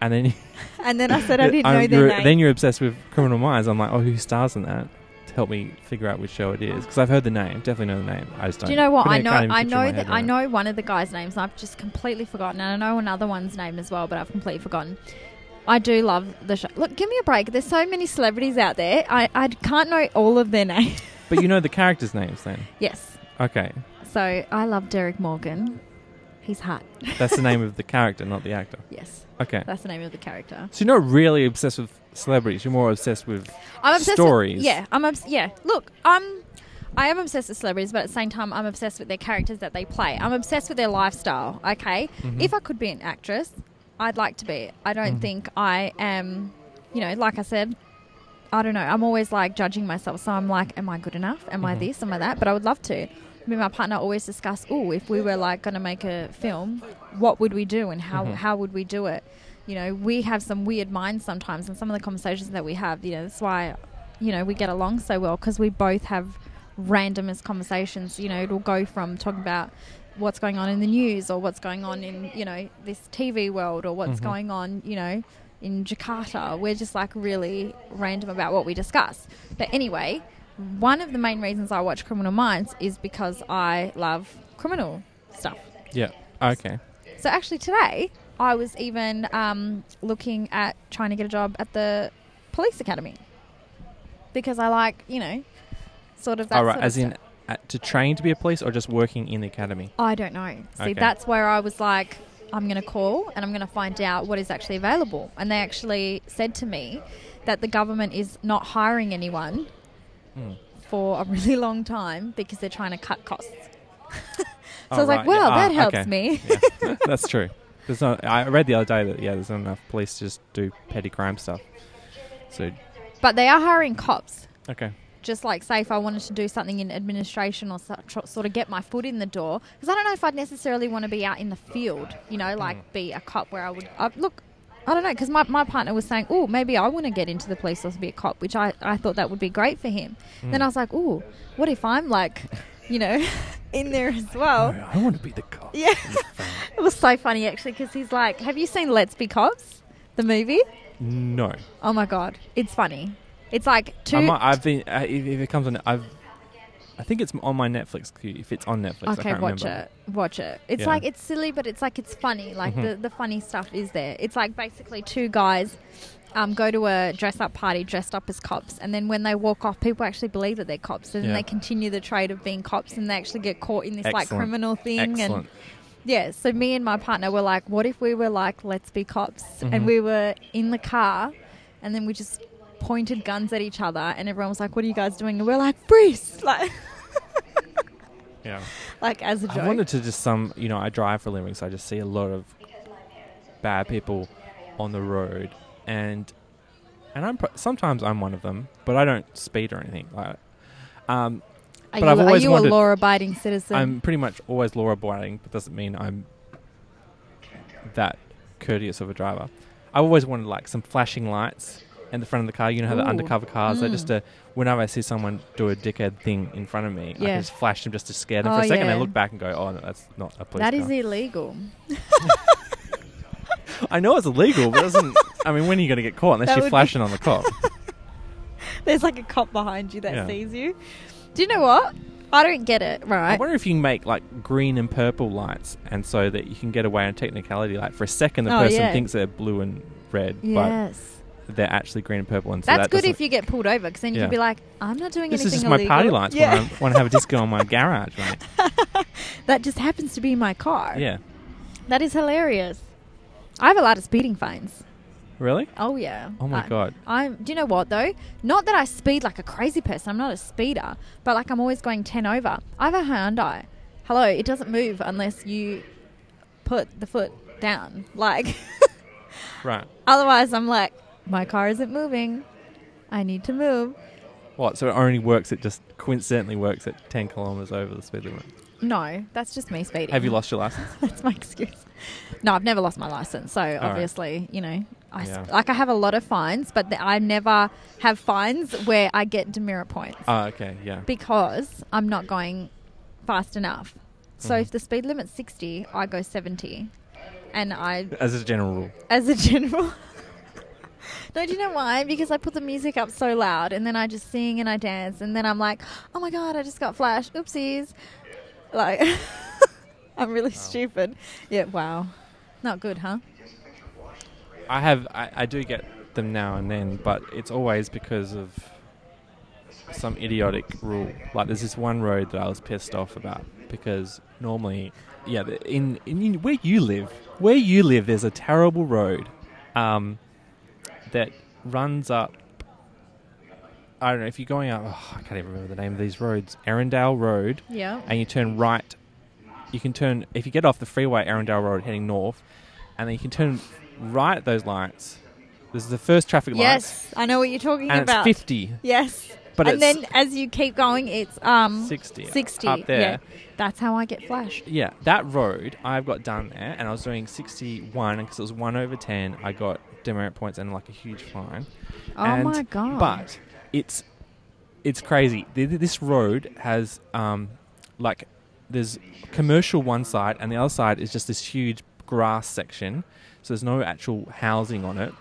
A: and then
B: [LAUGHS] [LAUGHS] And then I
A: [LAUGHS]
B: said I didn't
A: I'm-
B: know their
A: Um, you're,
B: name.
A: then you're obsessed with Criminal Minds. I'm like, oh, who stars in that? To help me figure out which show it is, because I've heard the name, definitely know the name. I just don't.
B: do you know what?
A: couldn't-
B: I know.
A: can't even
B: I
A: picture in my
B: know that
A: head
B: I
A: right
B: know one of the guys' names. I've just completely forgotten, and I know another one's name as well, but I've completely forgotten. I do love the show. Look, give me a break. There's so many celebrities out there. I, I can't know all of their [LAUGHS] names.
A: now. [LAUGHS] But you know the characters' names then.
B: yes.
A: Okay,
B: So I love Derek Morgan. He's hot.
A: that's the name of the character, not the actor.
B: Yes. [LAUGHS]
A: Okay,
B: That's the name of the character.
A: so you're not really obsessed with celebrities. You're more obsessed with
B: I'm obsessed
A: stories.
B: With, yeah, I'm obs- yeah. Look, I'm I am obsessed with celebrities, but at the same time, I'm obsessed with their characters that they play. I'm obsessed with their lifestyle. Okay,
A: Mm-hmm.
B: if I could be an actress, I'd like to be. I don't think I am. You know, like I said. I don't know. I'm always like judging myself. So I'm like, am I good enough? Am I this? Am I that? But I would love to. Me and my partner always discuss, oh, if we were like going to make a film, what would we do and how, how would we do it? you know, we have some weird minds sometimes, and some of the conversations that we have, you know, that's why, you know, we get along so well because we both have randomest conversations. You know, it'll go from talking about what's going on in the news or what's going on in, you know, this TV world or
A: Mm-hmm.
B: what's going on, you know, in Jakarta. We're just like really random about what we discuss. But anyway, one of the main reasons I watch Criminal Minds is because I love criminal stuff.
A: yeah. Okay,
B: So actually, today I was even um, looking at trying to get a job at the police academy because I like, you know, sort of that.
A: all right.
B: sort of
A: As in,
B: stuff.
A: uh, to train to be a police or just working in the academy.
B: I don't know. See,
A: Okay.
B: that's where I was like, I'm going to call and I'm going to find out what is actually available. And they actually said to me that the government is not hiring anyone
A: Hmm.
B: for a really long time because they're trying to cut costs. So
A: Oh,
B: I was
A: right,
B: like, well,
A: yeah, ah,
B: that helps
A: okay.
B: me.
A: [LAUGHS] Yeah, that's true. There's not. I read the other day that yeah, there's not enough police to just do petty crime stuff. So
B: [LAUGHS] But they are hiring cops.
A: okay,
B: just like say if I wanted to do something in administration or so, tr- sort of get my foot in the door because I don't know if I'd necessarily want to be out in the field, you know, like be a cop where I would I, look. I don't know because my, my partner was saying, oh, maybe I want to get into the police or be a cop, which I, I thought that would be great for him. Then I was like, oh, what if I'm like, you know, [LAUGHS] in there as well?
C: I want to be the cop.
B: Oh. Yeah. [LAUGHS] it was so funny actually because he's like, have you seen Let's Be Cops, the movie?
A: no.
B: Oh my God. It's funny. It's like two.
A: I might, I've been uh, if, if it comes on. I've. I think it's on my Netflix queue. If it's on Netflix, I
B: okay,
A: can't
B: watch
A: remember.
B: it. Watch it. It's
A: Yeah. Mm-hmm.
B: like it's silly, but it's like it's funny. Like the, the funny stuff is there. It's like basically two guys um, go to a dress up party dressed up as cops, and then when they walk off, people actually believe that they're cops, and then
A: Yeah.
B: they continue the trade of being cops, and they actually get caught in this like
A: Excellent.
B: criminal thing. And
A: Excellent.
B: yeah, so me and my partner were like, what if we were like, let's be cops?
A: Mm-hmm.
B: And we were in the car, and then we just pointed guns at each other, and everyone was like, what are you guys doing? And we're like, freeze! [LAUGHS] Like,
A: yeah.
B: like as a joke.
A: I wanted to just some, you know, I drive for a living, so I just see a lot of bad people on the road, and and I'm pro- sometimes I'm one of them, but I don't speed or anything. Like, um,
B: Are
A: But
B: you,
A: I've always
B: are you
A: wondered-
B: a law-abiding citizen?
A: I'm pretty much always law abiding, but doesn't mean I'm that courteous of a driver. I always wanted like some flashing lights in the front of the car. You know how the
B: Ooh,
A: undercover cars are
B: mm.
A: just a. Whenever I see someone do a dickhead thing in front of me, I
B: Yeah.
A: can just flash them just to scare them
B: Oh,
A: for a second.
B: yeah.
A: I look back and go, "Oh no, that's not a police
B: That
A: car."
B: is illegal.
A: I know it's illegal, but it doesn't. I mean, when are you going to get caught
B: That
A: unless
B: would
A: you're
B: be-
A: flashing on the cop?
B: [LAUGHS] There's like a cop behind you that
A: Yeah.
B: sees you. Do you know what? I don't get it.
A: I
B: Right?
A: wonder if you can make like green and purple lights, and so that you can get away on technicality. Like for a second, the
B: Oh,
A: person
B: yeah.
A: thinks they're blue and red,
B: yes.
A: but they're actually green and purple. And so
B: That's
A: that
B: good
A: doesn't-
B: if you get pulled over because then you
A: Yeah.
B: can be like, I'm not doing
A: This is
B: anything
A: just my
B: illegal.
A: party lights
B: Yeah.
A: when I want to have a disco in my garage, mate.
B: [LAUGHS] that just happens to be my car.
A: Yeah.
B: That is hilarious. I have a lot of speeding fines.
A: Really?
B: Oh yeah.
A: Oh my
B: I-
A: God.
B: I'm. Do you know what though? Not that I speed like a crazy person. I'm not a speeder, but like I'm always going ten over. I have a Hyundai. Hello, it doesn't move unless you put the foot down. [LAUGHS] Like,
A: Right.
B: otherwise, I'm like, my car isn't moving. I need to move.
A: What? So it only works. It just coincidentally works at ten kilometers over the speed limit.
B: No, that's just me speeding.
A: Have you lost your license?
B: [LAUGHS] That's my excuse. No, I've never lost my license, so obviously, you know, I s
A: Yeah.
B: like I have a lot of fines, but th- I never have fines where I get demerit points
A: Ah, okay. Yeah.
B: because I'm not going fast enough. So
A: Mm-hmm.
B: if the speed limit's sixty, I go seventy, and I,
A: As a general rule.
B: as a general. [LAUGHS] No, do you know why? Because I put the music up so loud, and then I just sing and I dance, and then I'm like, "Oh my god, I just got flash! Oopsies!" Like, [LAUGHS] I'm really stupid. Yeah, wow, not good, huh?
A: I have. I, I do get them now and then, but it's always because of some idiotic rule. Like there's this one road that I was pissed off about because normally, yeah, the- in in you- where you live, where you live, there's a terrible road um, that runs up. I don't know if you're going up. Oh, I can't even remember the name of these roads. Erindale Road
B: Yeah.
A: and you turn right. You can turn if you get off the freeway, Arundel Road, heading north, and then you can turn right at those lights. This is the first traffic lights,
B: Yes, I know what you're talking
A: and
B: about.
A: it's fifty,
B: Yes,
A: but
B: and
A: it's
B: then as you keep going, it's um
A: sixty,
B: sixty.
A: up there.
B: Yeah, that's how I get flash.
A: Yeah, that road I've got done there, and I was doing sixty-one because it was one over ten. I got demerit points and like a huge fine.
B: Oh
A: And-
B: my god!
A: But it's it's crazy. Th- th- This road has um, like there's commercial one side, and the other side is just this huge grass section. So there's no actual housing on it,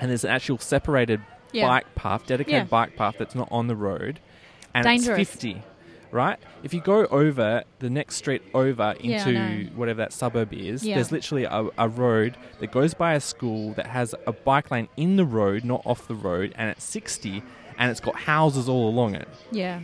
A: and there's an actual separated
B: Yeah.
A: bike path, dedicated
B: Yeah.
A: bike path that's not on the road, and
B: Dangerous.
A: it's fifty. Right? If you go over the next street over
B: Yeah, I
A: into
B: know.
A: whatever that suburb is,
B: Yeah.
A: there's literally a, a road that goes by a school that has a bike lane in the road, not off the road, and it's 60, and it's got houses all along it.
B: yeah,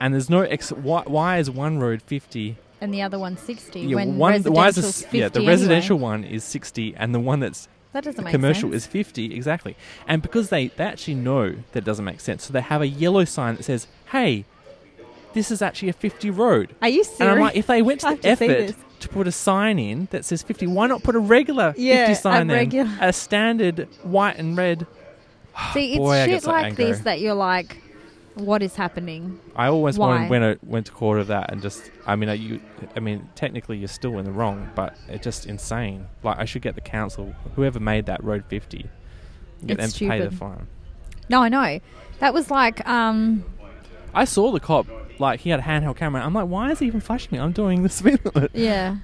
A: And there's no ex. Why, why is one road 50?
B: and the other one's sixty.
A: Yeah,
B: when
A: one, why is
B: residential's
A: this, yeah, the
B: 50 anyway.
A: residential one is 60, and the one that's
B: That doesn't make
A: commercial
B: sense.
A: is 50 exactly and because they, they actually know that it doesn't make sense so they have a yellow sign that says hey this is actually a 50 road
B: Are you serious?
A: and i'm like if they went to
B: I've
A: the
B: just seen
A: effort
B: this.
A: to put a sign in that says 50 why not put a regular
B: Yeah,
A: 50
B: a
A: sign in
B: regular-
A: a standard white and red
B: See, it's
A: Boy, I get
B: shit
A: so
B: like
A: angry.
B: this that you're like, what is happening?
A: i always wanted
B: Why?
A: when i went to court of that and just i mean I, you i mean technically you're still in the wrong but it's just insane like i should get the council whoever made that road 50 get
B: It's
A: them to pay the
B: stupid.
A: fine
B: No, I know. That was like, um,
A: I saw the cop, like, he had a handheld camera. I'm like, why is he even flashing me? I'm doing the speed limit.
B: yeah.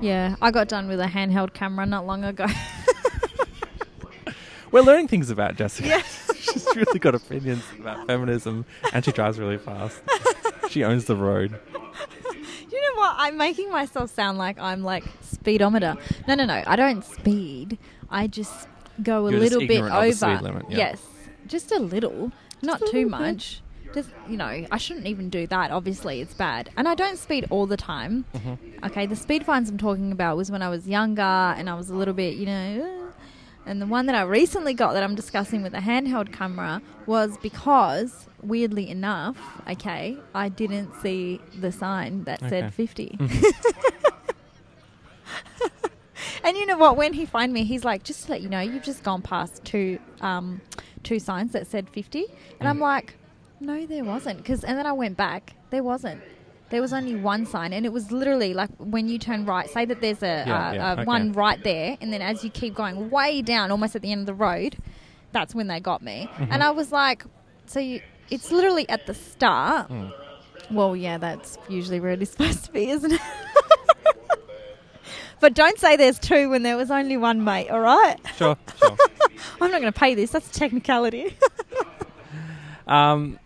B: Yeah, I got done with a handheld camera not long ago.
A: [LAUGHS]
B: [LAUGHS]
A: We're learning things about Jessica.
B: Yeah.
A: [LAUGHS] [LAUGHS] She's really got opinions about feminism, and she drives really fast. She owns the road.
B: you know what? I'm making myself sound like I'm like speedometer. No, no, no. I don't speed. I just go a
A: You're just
B: little bit
A: ignorant of
B: over.
A: the speed limit, yeah.
B: Yes, just a little, not
A: a
B: too
A: little bit.
B: much. Just you know, I shouldn't even do that. Obviously, it's bad, and I don't speed all the time.
A: Mm-hmm.
B: Okay, the speed fines I'm talking about was when I was younger and I was a little bit, you know. "Ugh." And the one that I recently got that I'm discussing with a handheld camera was because, weirdly enough, okay, I didn't see the sign that
A: Okay.
B: said 50. and you know what? When he fined me, he's like, just to let you know, you've just gone past two, um, two signs that said 50. And I'm
A: Mm.
B: like, no, there wasn't. Cause, and then I went back, there wasn't. There was only one sign, and it was literally like when you turn right. Say that there's a
A: Yeah,
B: uh,
A: yeah,
B: uh,
A: okay.
B: one right there, and then as you keep going way down, almost at the end of the road, that's when they got me.
A: Mm-hmm.
B: And I was like, so you, it's literally at the start.
A: Mm.
B: Well, yeah, that's usually where it is [LAUGHS] supposed to be, isn't it? but don't say there's two when there was only one, mate. All right,
A: Sure, sure.
B: I'm not going to pay this. That's a technicality. [LAUGHS]
A: Um,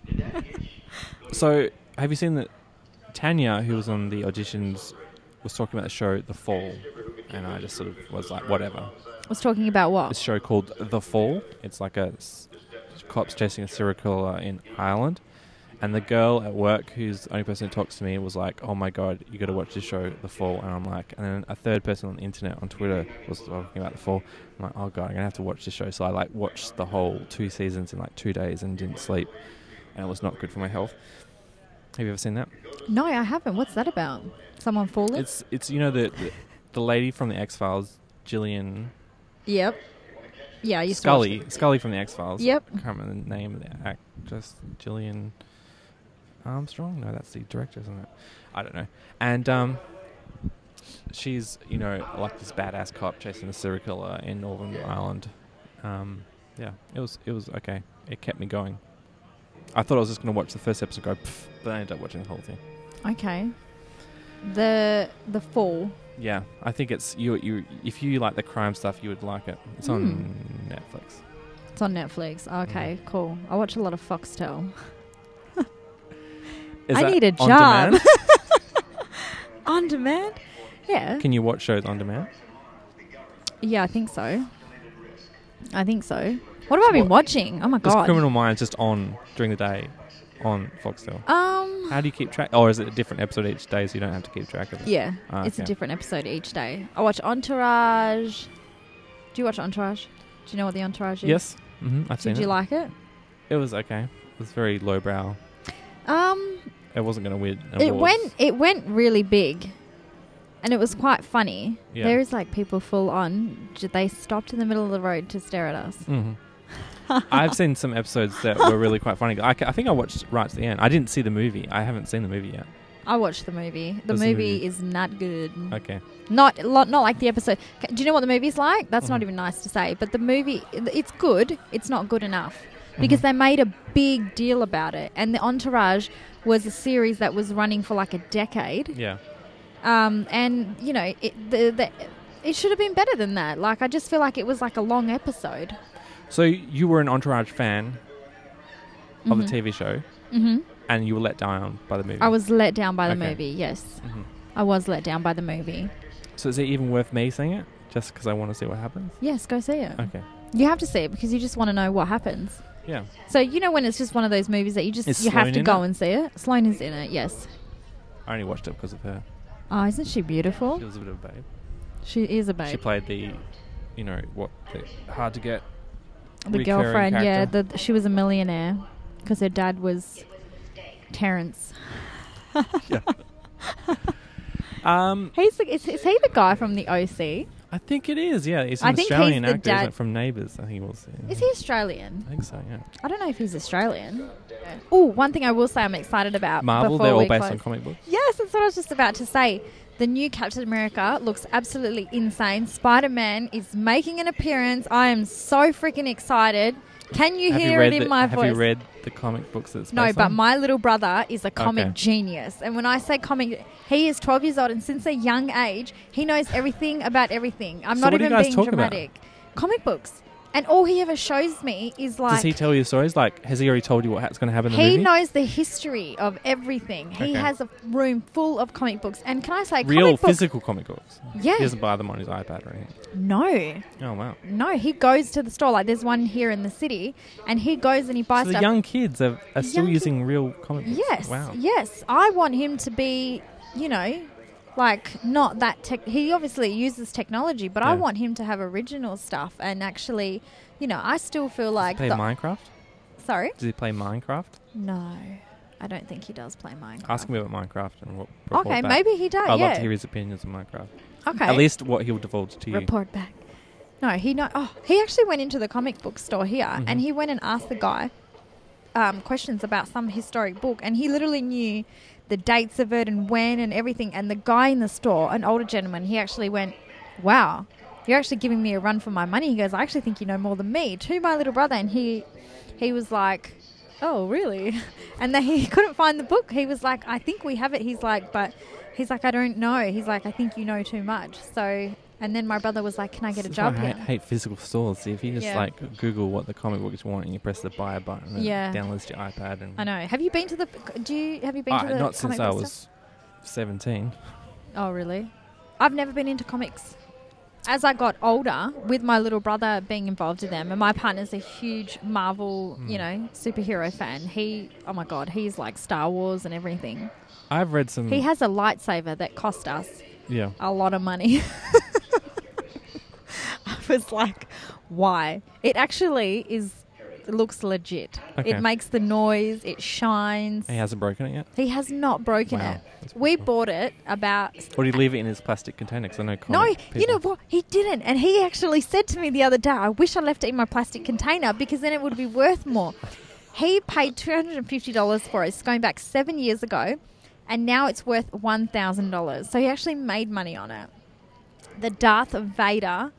A: so, have you seen that Tanya, who was on the auditions was talking about the show The Fall, and I just sort of was like, whatever.
B: was talking about
A: This
B: what?
A: show called The Fall. It's like a s- cops chasing a serial killer in Ireland, and the girl at work, who's the only person who talks to me, was like, "Oh my god, you got to watch this show, The Fall." And I'm like, and then a third person on the internet on Twitter was talking about The Fall. I'm like, "Oh god, I'm gonna have to watch this show." So I like watched the whole two seasons in like two days and didn't sleep, and it was not good for my health. Have you ever seen that?
B: No, I haven't. What's that about? Someone falling?
A: It's it's you know the the, the lady from the X Files, Gillian
B: yep. Yeah, you
A: Scully, Scully from the X Files.
B: Yep.
A: I can't remember the name of the actress, Gillian Armstrong. No, that's the director, isn't it? I don't know. And um, she's you know like this badass cop chasing a serial killer in Northern Ireland. Um, yeah, it was it was okay. It kept me going. I thought I was just going to watch the first episode, and go, Pff, but I ended up watching the whole thing.
B: Okay. The the fall.
A: Yeah, I think it's you. You if you like the crime stuff, you would like it. It's on
B: Hmm.
A: Netflix.
B: It's on Netflix. Okay,
A: Mm-hmm.
B: cool. I watch a lot of Foxtel. I
A: that
B: need a
A: on
B: job. [LAUGHS]
A: demand?
B: On demand? Yeah.
A: Can you watch shows on demand?
B: Yeah, I think so. I think so. What have I been
A: What-
B: watching? Oh my
A: This
B: god.
A: Criminal Minds just on during the day on Foxtel.
B: Um
A: How do you keep track? Or is it a different episode each day so you don't have to keep track of it?
B: Yeah.
A: Ah,
B: It's a
A: okay.
B: different episode each day. I watch Entourage. Do you watch Entourage? Do you know what the Entourage is?
A: Yes. hmm I've seen
B: Did you
A: it.
B: like it?
A: it was okay. It was very lowbrow.
B: Um
A: It wasn't going to win. Awards.
B: it went it went really big. And it was quite funny.
A: Yeah.
B: There is like people full on. j- They stopped in the middle of the road to stare at us. [LAUGHS]
A: Mhm. I've seen some episodes that were really quite funny. I, ca- I think I watched right to the end. I didn't see the movie. I haven't seen the movie yet.
B: I watched the movie. The
A: What's the
B: movie,
A: movie?
B: is not good.
A: Okay.
B: Mm-hmm. Not lo- not like the episode. K, Do you know what the movie's like? That's not
A: Mhm.
B: even nice to say. But the movie, it's good. It's not good enough because
A: Mm-hmm.
B: they made a big deal about it. And the Entourage was a series that was running for like a decade.
A: Mm-hmm. Yeah.
B: Um, and you know, it the, the it should have been better than that. Like I just feel like it was like a long episode.
A: So you were an Entourage fan of the
B: Mhm.
A: TV show
B: hmm
A: and you were let down by the movie.
B: I was let down by the
A: Okay.
B: movie. Yes,
A: Mhm.
B: I was let down by the movie.
A: So is it even worth me seeing it? Just because I want to see what happens?
B: Yes, go see it.
A: Okay.
B: You have to see it because you just want to know what happens.
A: Yeah.
B: So you know when it's just one of those movies that you just
A: Is
B: you have
A: Sloane
B: to
A: in
B: go
A: it?
B: and see it. Sloane is in it. Yes.
A: I only watched it because of her.
B: Oh, isn't she beautiful?
A: She was a bit of a babe.
B: She is a babe.
A: She played the, you know, what the hard to get.
B: the
A: recurring
B: girlfriend. Yeah.
A: character.
B: The, she was a millionaire because her dad was Terrence.
A: Yeah. um,
B: He's the, is, is he the guy from the OC?
A: I think it is. Yeah, it's an
B: I think he's
A: Australian
B: the
A: actor
B: dad-
A: isn't it, from Neighbours. I think he was. yeah.
B: Is he Australian?
A: I think so. Yeah.
B: I don't know if he's Australian. Oh, one thing I will say I'm excited about.
A: Marvel.
B: Uh, before
A: They're all
B: we
A: based
B: close.
A: on comic books.
B: Yes, that's what I was just about to say. The new Captain America looks absolutely insane. Spider Man is making an appearance. I am so freaking excited. Can you
A: Have you
B: hear
A: read
B: it in
A: the,
B: my
A: Have
B: voice?
A: you read the comic books that's
B: no,
A: based
B: but
A: on?
B: my little brother is a comic
A: Okay.
B: genius. And when I say comic, he is 12 years old, and since a young age, he knows everything about everything. I'm
A: So
B: not
A: what do you
B: even
A: guys
B: being
A: talk about?
B: dramatic. Comic books. And all he ever shows me is like.
A: Does he tell you stories? Like, has he already told you what's going to happen in the
B: He
A: movie?
B: knows the history of everything. He
A: Okay.
B: has a room full of comic books. And can I say,
A: Real
B: comic books?
A: physical comic books.
B: [LAUGHS] Yeah.
A: He doesn't buy them on his iPad or anything.
B: No,
A: Oh wow.
B: no. He goes to the store. Like there's one here in the city, and he goes and he buys
A: So the
B: stuff.
A: young kids are, are still
B: Young kid-
A: using real comic books.
B: yes,
A: Wow.
B: yes. I want him to be, you know, like not that tech. He obviously uses technology, but I
A: Yeah.
B: want him to have original stuff and actually, you know, I still feel
A: Does he
B: like
A: play
B: the-
A: Minecraft?
B: sorry,
A: Does he play Minecraft?
B: no. I don't think he does play Minecraft.
A: Ask him about Minecraft and what. report
B: Okay,
A: back.
B: maybe he does.
A: I'd
B: yeah.
A: love to hear his opinions on Minecraft.
B: okay.
A: At least what he'll divulge to you.
B: report back. No, he no. Oh, he actually went into the comic book store here, and he went and asked the guy um, questions about some historic book, and he literally knew the dates of it and when and everything. And the guy in the store, an older gentleman, he actually went, "Wow, you're actually giving me a run for my money." He goes, "I actually think you know more than me." To my little brother, and he he was like. Oh really? [LAUGHS] And then he couldn't find the book. He was like, "I think we have it." He's like, "But he's like, I don't know." He's like, "I think you know too much." So, and then my brother was like, "Can I get a
A: This is
B: job
A: why I
B: here?"
A: hate, hate physical stores. See, if you just
B: Yeah.
A: like Google what the comic books want and you press the buy button, and
B: Yeah.
A: it downloads your iPad and.
B: I know. Have you been to the? Do you have you been
A: Ah,
B: to the?
A: not since
B: comic
A: I
B: book
A: was seventeen.
B: store? Oh, really? I've never been into comics. As I got older, with my little brother being involved in them, and my partner's a huge Marvel,
A: Hmm.
B: you know, superhero fan. He, oh my god, he's like Star Wars and everything.
A: I've read some.
B: He has a lightsaber that cost us
A: yeah.
B: a lot of money. [LAUGHS] I was like, why? It actually is it looks legit.
A: Okay.
B: It makes the noise, it shines.
A: He hasn't broken it yet.
B: He has not broken
A: Wow,
B: it.
A: that's pretty
B: We
A: cool.
B: bought it about
A: Or did he leave it in his plastic container? 'Cause I know.
B: no,
A: comic
B: you know
A: people-
B: what? He didn't. And he actually said to me the other day, I wish I left it in my plastic container because then it would be worth more. He paid $250 for it. It's going back seven years ago. And now it's worth $1,000. So he actually made money on it. The Darth Vader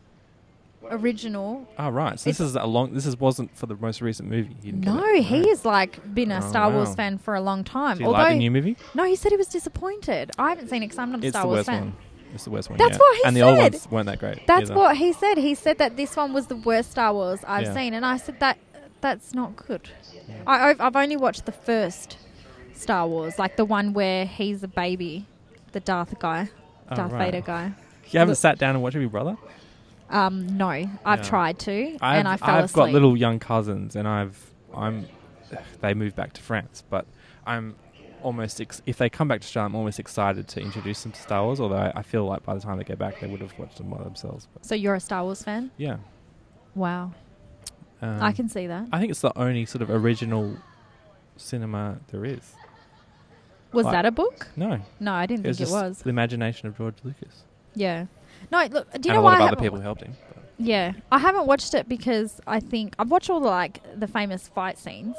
B: original.
A: Oh right. So this is a long. This is wasn't for the most recent movie. He didn't get
B: No,
A: it.
B: he
A: Right.
B: has like been a
A: Oh,
B: Star Wars
A: wow.
B: fan for a long time.
A: Do you
B: Although
A: like the new movie?
B: no, he said he was disappointed. I haven't seen it because I'm not a
A: It's
B: Star
A: the
B: Wars
A: worst
B: fan.
A: one. It's the worst one.
B: That's
A: yeah.
B: what he
A: And the old
B: said.
A: ones weren't that great.
B: That's
A: either.
B: what he said. He said that this one was the worst Star Wars I've
A: Yeah.
B: seen, and I said that that's not good. I, I've, I've only watched the first Star Wars, like the one where he's a baby, the Darth guy,
A: Oh,
B: Darth
A: right.
B: Vader guy.
A: You haven't
B: Look-
A: sat down and watched it, with your brother?
B: Um, no, I've
A: Yeah.
B: tried to,
A: I've,
B: and I fell
A: I've
B: asleep.
A: got little young cousins, and I've I'm they moved back to France, but I'm almost ex- if they come back to Australia, I'm almost excited to introduce them to Star Wars. Although I, I feel like by the time they go back, they would have watched them by themselves. But
B: so you're a Star Wars fan?
A: yeah,
B: Wow,
A: um,
B: I can see that.
A: I think it's the only sort of original cinema there is.
B: Was
A: I-
B: that a book?
A: No,
B: No, I didn't
A: it was
B: think it
A: just
B: was.
A: the imagination of George Lucas
B: Yeah. No, look. Do you
A: and
B: know
A: a
B: why
A: lot
B: I Uh,
A: of other
B: haven't-
A: people who helped him. but-
B: Yeah, I haven't watched it because I think I've watched all the, like the famous fight scenes.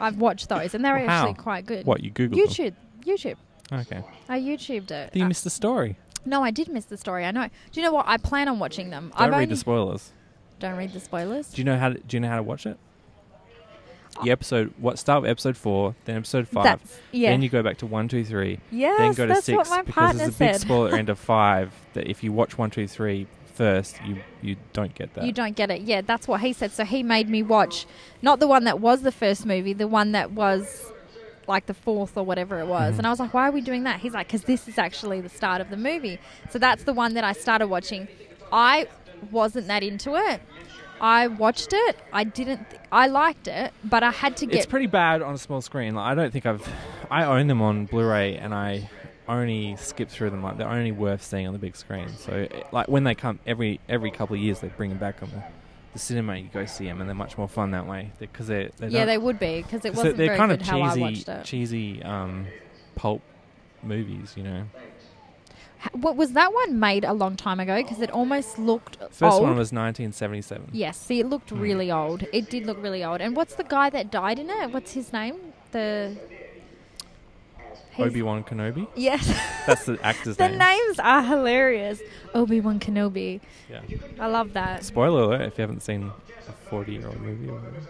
B: I've watched those, and they're
A: Well,
B: actually
A: how?
B: quite good.
A: What you Googled? them?
B: YouTube, YouTube.
A: Okay,
B: I YouTubed
A: Then
B: it.
A: you
B: Uh,
A: missed the story.
B: no, I did miss the story. I know. Do you know what? I plan on watching them.
A: Don't
B: I've
A: read
B: only,
A: the spoilers.
B: Don't read the spoilers.
A: Do you know how? To, do you know how to watch it? The episode. What start with episode four, then episode five.
B: That's Oh. yeah.
A: Then you go back to one, two, three.
B: yes,
A: then go to
B: that's
A: six
B: what my
A: because
B: partner
A: there's a big
B: said.
A: spoiler
B: [LAUGHS]
A: at the end of five that if you watch one, two, three first, you you don't get that.
B: You don't get it. Yeah, that's what he said. So he made me watch not the one that was the first movie, the one that was like the fourth or whatever it was.
A: Mhm.
B: And I was like, why are we doing that? He's like, because this is actually the start of the movie. So that's the one that I started watching. I wasn't that into it. I watched it. I didn't. Th- I liked it, but I had to
A: It's
B: get.
A: pretty bad on a small screen. Like, I don't think I've. I own them on Blu-ray, and I only skip through them. Like they're only worth seeing on the big screen. So it- like when they come every every couple of years, they bring them back on the, the cinema. You go see them, and they're much more fun that way because they're, they're
B: yeah,
A: not-
B: they would be because it
A: So
B: wasn't
A: they're
B: very
A: kind
B: good
A: of
B: how I
A: cheesy,
B: watched it.
A: cheesy um, pulp movies. You know,
B: H- what was that one made a long time ago? Because it almost looked
A: first
B: old.
A: one was 1977.
B: Yes, see, it
A: Hmm.
B: looked really old. It did look really old. And what's the guy that died in it? What's his name? The he's-
A: Obi Wan Kenobi.
B: Yes,
A: That's the actor's
B: [LAUGHS] the
A: name.
B: names are hilarious. Obi Wan Kenobi.
A: Yeah.
B: I love that.
A: Spoiler alert! If you haven't seen a 40 year old movie, or whatever.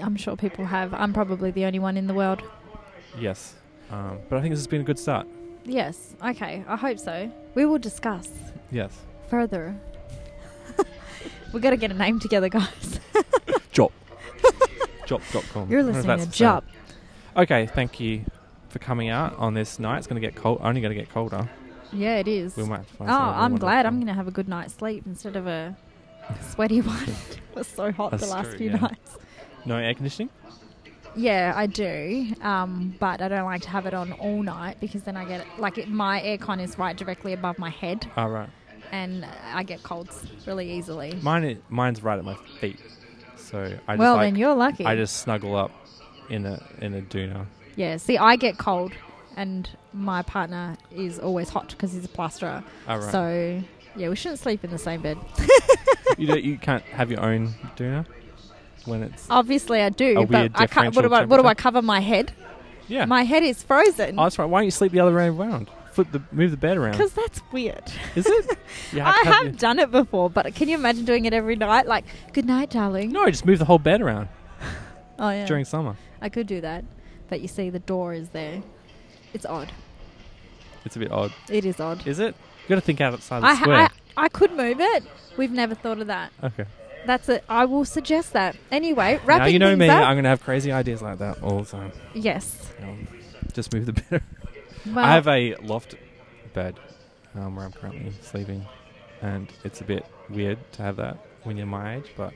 B: I'm sure people have. I'm probably the only one in the world.
A: yes. Um, but I think this has been a good start.
B: Yes. Okay. I hope so. We will discuss
A: Yes.
B: further. [LAUGHS] we got to get a name together, guys. [LAUGHS]
A: [LAUGHS] Job. Job.com.
B: You're
A: I wonder if
B: listening
A: that's
B: to
A: for sale.
B: Job.
A: Okay, thank you for coming out on this night. It's going to get cold. Only going to get colder.
B: Yeah, it is.
A: We might. Have to
B: Oh,
A: find something
B: I'm
A: warmer.
B: glad. I'm going to have a good night's sleep instead of a sweaty [LAUGHS] one. it was so hot the
A: That's
B: last
A: true,
B: few
A: yeah.
B: nights.
A: No air conditioning.
B: Yeah, I do. Um, but I don't like to have it on all night because then I get like it, my aircon is right directly above my head
A: All right.
B: and I get colds really easily.
A: Mine. i- Mine's right at my feet. So I just
B: well,
A: like,
B: then you're lucky.
A: I just snuggle up in a in a doona.
B: yeah. See, I get cold, and my partner is always hot because he's a plasterer.
A: All right.
B: So yeah, we shouldn't sleep in the same bed.
A: you don't, you can't have your own doona when it's
B: [LAUGHS] Oh, Obviously, I do,
A: A
B: but
A: weird
B: I can't. What
A: differential
B: about what do I
A: temperature?
B: cover my head?
A: yeah.
B: My head is frozen.
A: oh, that's right. Why don't you sleep the other way around? Flip the move the bed around.
B: Because that's weird.
A: Is
B: [LAUGHS]
A: it? You have
B: I
A: to have
B: have
A: your-
B: done it before, but can you imagine doing it every night? Like, good night, darling.
A: No, just move the whole bed around
B: Oh yeah.
A: during summer.
B: I could do that, but you see, the door is there. It's odd.
A: It's a bit odd.
B: It is odd.
A: Is it? You got to think outside the
B: I,
A: square.
B: ha- I I could move it. We've never thought of that.
A: okay.
B: That's it. I will suggest that. Anyway, wrapping
A: Now you know
B: things
A: me.
B: up.
A: I'm going to have crazy ideas like that all the time.
B: yes.
A: Um, just move the [LAUGHS] bed. around.
B: Well,
A: I have a loft bed um, where I'm currently sleeping, and it's a bit weird to have that when you're my age. But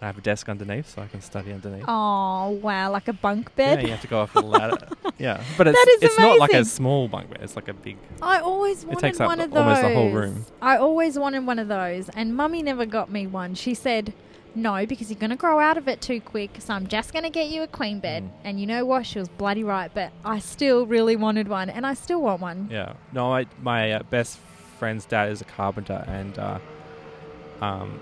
A: I have a desk underneath, so I can study underneath.
B: Oh wow, like a bunk
A: Yeah,
B: bed.
A: you have to go off the
B: [LAUGHS]
A: ladder. yeah, but it's
B: That is
A: it's not like a
B: amazing.
A: small bunk bed. It's like a big.
B: I always wanted
A: takes up
B: one of those.
A: almost the whole room.
B: I always wanted one of those, and Mummy never got me one. She said, "No, because you're going to grow out of it too quick. So I'm just going to get you a queen bed."
A: Mm.
B: And you know what? She was bloody right. But I still really wanted one, and I still want one.
A: Yeah. No, I, my uh, best friend's dad is a carpenter, and uh, um,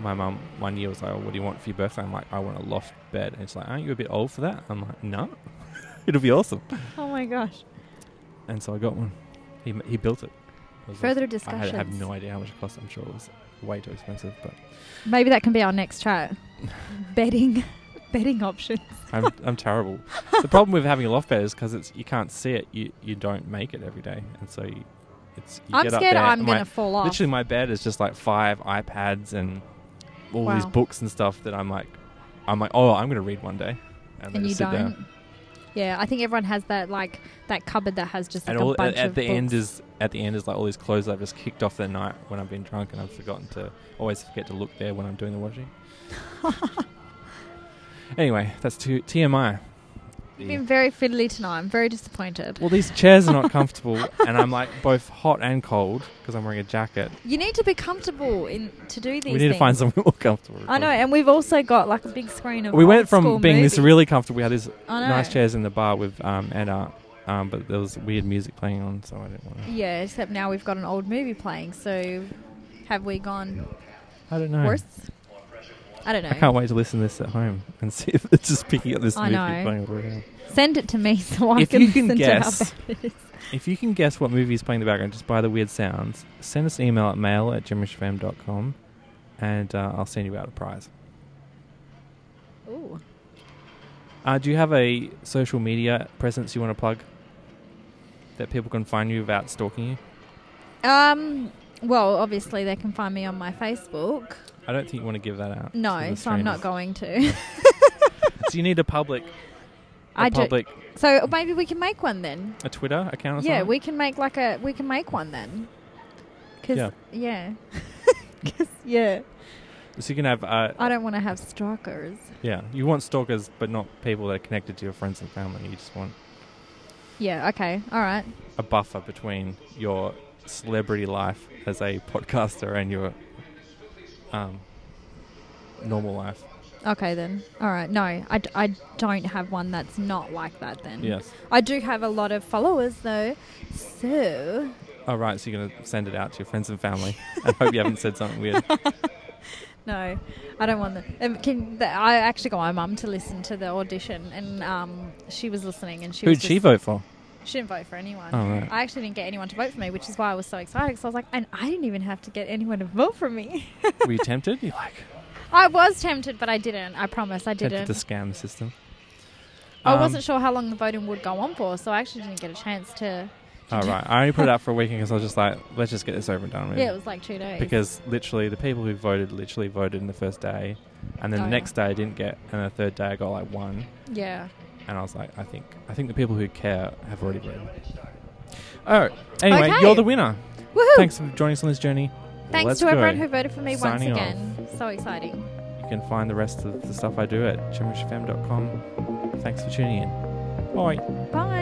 A: my mum one year was like, "Oh, "What do you want for your birthday?" I'm like, "I want a loft bed," and she's like, "Aren't you a bit old for that?" I'm like, "No, [LAUGHS] it'll be awesome."
B: Oh my gosh!
A: And so I got one. He he built it. It was awesome.
B: Further
A: I
B: discussions.
A: had- have no idea how much it cost. I'm sure it was way too expensive, but
B: Maybe that can be our next
A: [LAUGHS]
B: chat. Bedding, [LAUGHS] bedding options.
A: I'm [LAUGHS] I'm terrible. The problem with having a loft bed is because it's you can't see it. You you don't make it every day, and so you, it's. You
B: I'm
A: get up
B: scared
A: there,
B: I'm
A: and
B: going
A: my-
B: to fall off.
A: Literally, my bed is just like five iPads and all these
B: Wow.
A: books and stuff that I'm like, I'm like, oh, I'm gonna read one day, and,
B: and
A: I
B: you
A: just
B: don't.
A: sit down.
B: Yeah, I think everyone has that like that cupboard that has just like
A: And all
B: a
A: at,
B: bunch
A: at
B: of
A: the end
B: books.
A: is at the end is like all these clothes I've just kicked off that night when I've been drunk and I've forgotten to always forget to look there when I'm doing the washing.
B: [LAUGHS]
A: anyway, that's too, TMI.
B: You've been very fiddly tonight. I'm very disappointed.
A: Well, these chairs are
B: [LAUGHS]
A: not comfortable, and I'm like both hot and cold because I'm wearing a jacket.
B: You need to be comfortable in to do these.
A: we need to find
B: things.
A: something more comfortable.
B: I know, and we've also got like a big screen of.
A: We went
B: old school
A: from being this
B: movies.
A: really comfortable. We had this
B: I know.
A: nice chairs in the bar with um, and art, um, but there was weird music playing on, so I didn't want to.
B: Yeah, except now we've got an old movie playing. So, have we gone
A: I don't know.
B: worse? I don't know.
A: I can't wait to listen to this at home and see if it's just picking up this
B: I
A: movie
B: know.
A: playing over here.
B: Send it to me [LAUGHS] so I
A: If
B: can
A: you can
B: listen to
A: guess-
B: how bad it is.
A: If you can guess what movie is playing in the background just by the weird sounds, send us an email at mail at com, and uh, I'll send you out a prize.
B: Ooh.
A: Uh, do you have a social media presence you want to plug that people can find you without stalking you?
B: Um. Well, obviously they can find me on my Facebook.
A: I don't think you want to give that out. to
B: No,
A: the
B: so I'm not
A: strangers.
B: going to.
A: [LAUGHS] So you need a public, a
B: [LAUGHS] I do-
A: public,
B: so maybe we can make one then.
A: a Twitter account. Or
B: Yeah,
A: something?
B: we can make like a we can make one then. Cause
A: Yeah.
B: yeah, yeah. [LAUGHS] 'Cause, yeah,
A: So you can have, uh,
B: I don't want to have strikers.
A: yeah, you want stalkers, but not people that are connected to your friends and family. You just want
B: Yeah, okay, all right.
A: a buffer between your celebrity life as a podcaster and your um, normal life.
B: Okay then. All right. No, I, d- I don't have one that's not like that then.
A: Yes.
B: I do have a lot of followers though. So,
A: All Oh, right. So you're gonna send it out to your friends and family. I hope you haven't said something weird.
B: [LAUGHS] no, I don't want that. Um, can, the, I actually got my mum to listen to the audition and um, she was listening and she was
A: Who'd she
B: just-
A: vote for?
B: She didn't vote for anyone.
A: Oh, right.
B: I actually didn't get anyone to vote for me, which is why I was so excited. Because I was like, and I didn't even have to get anyone to vote for me. [LAUGHS]
A: Were you tempted? You like
B: I was tempted, but I didn't. I promise, I
A: tempted
B: didn't.
A: to scam the system?
B: I
A: Um,
B: wasn't sure how long the voting would go on for, so I actually didn't get a chance to.
A: All right. I only put it out for a weekend because I was just like, let's just get this over and done with.
B: Yeah, it was like two days.
A: because literally the people who voted literally voted in the first day and then
B: Oh,
A: the
B: yeah.
A: next day I didn't get and the third day I got like one
B: yeah,
A: and I was like I think I think the people who care have already voted. Oh, anyway, you're
B: Okay.
A: the winner.
B: woohoo!
A: Thanks for joining us on this journey.
B: Thanks
A: Let's
B: to
A: go.
B: everyone who voted for me
A: Signing off.
B: once again. So exciting.
A: You can find the rest of the stuff I do at chimishfm.com. Thanks for tuning in. Bye.
B: Bye.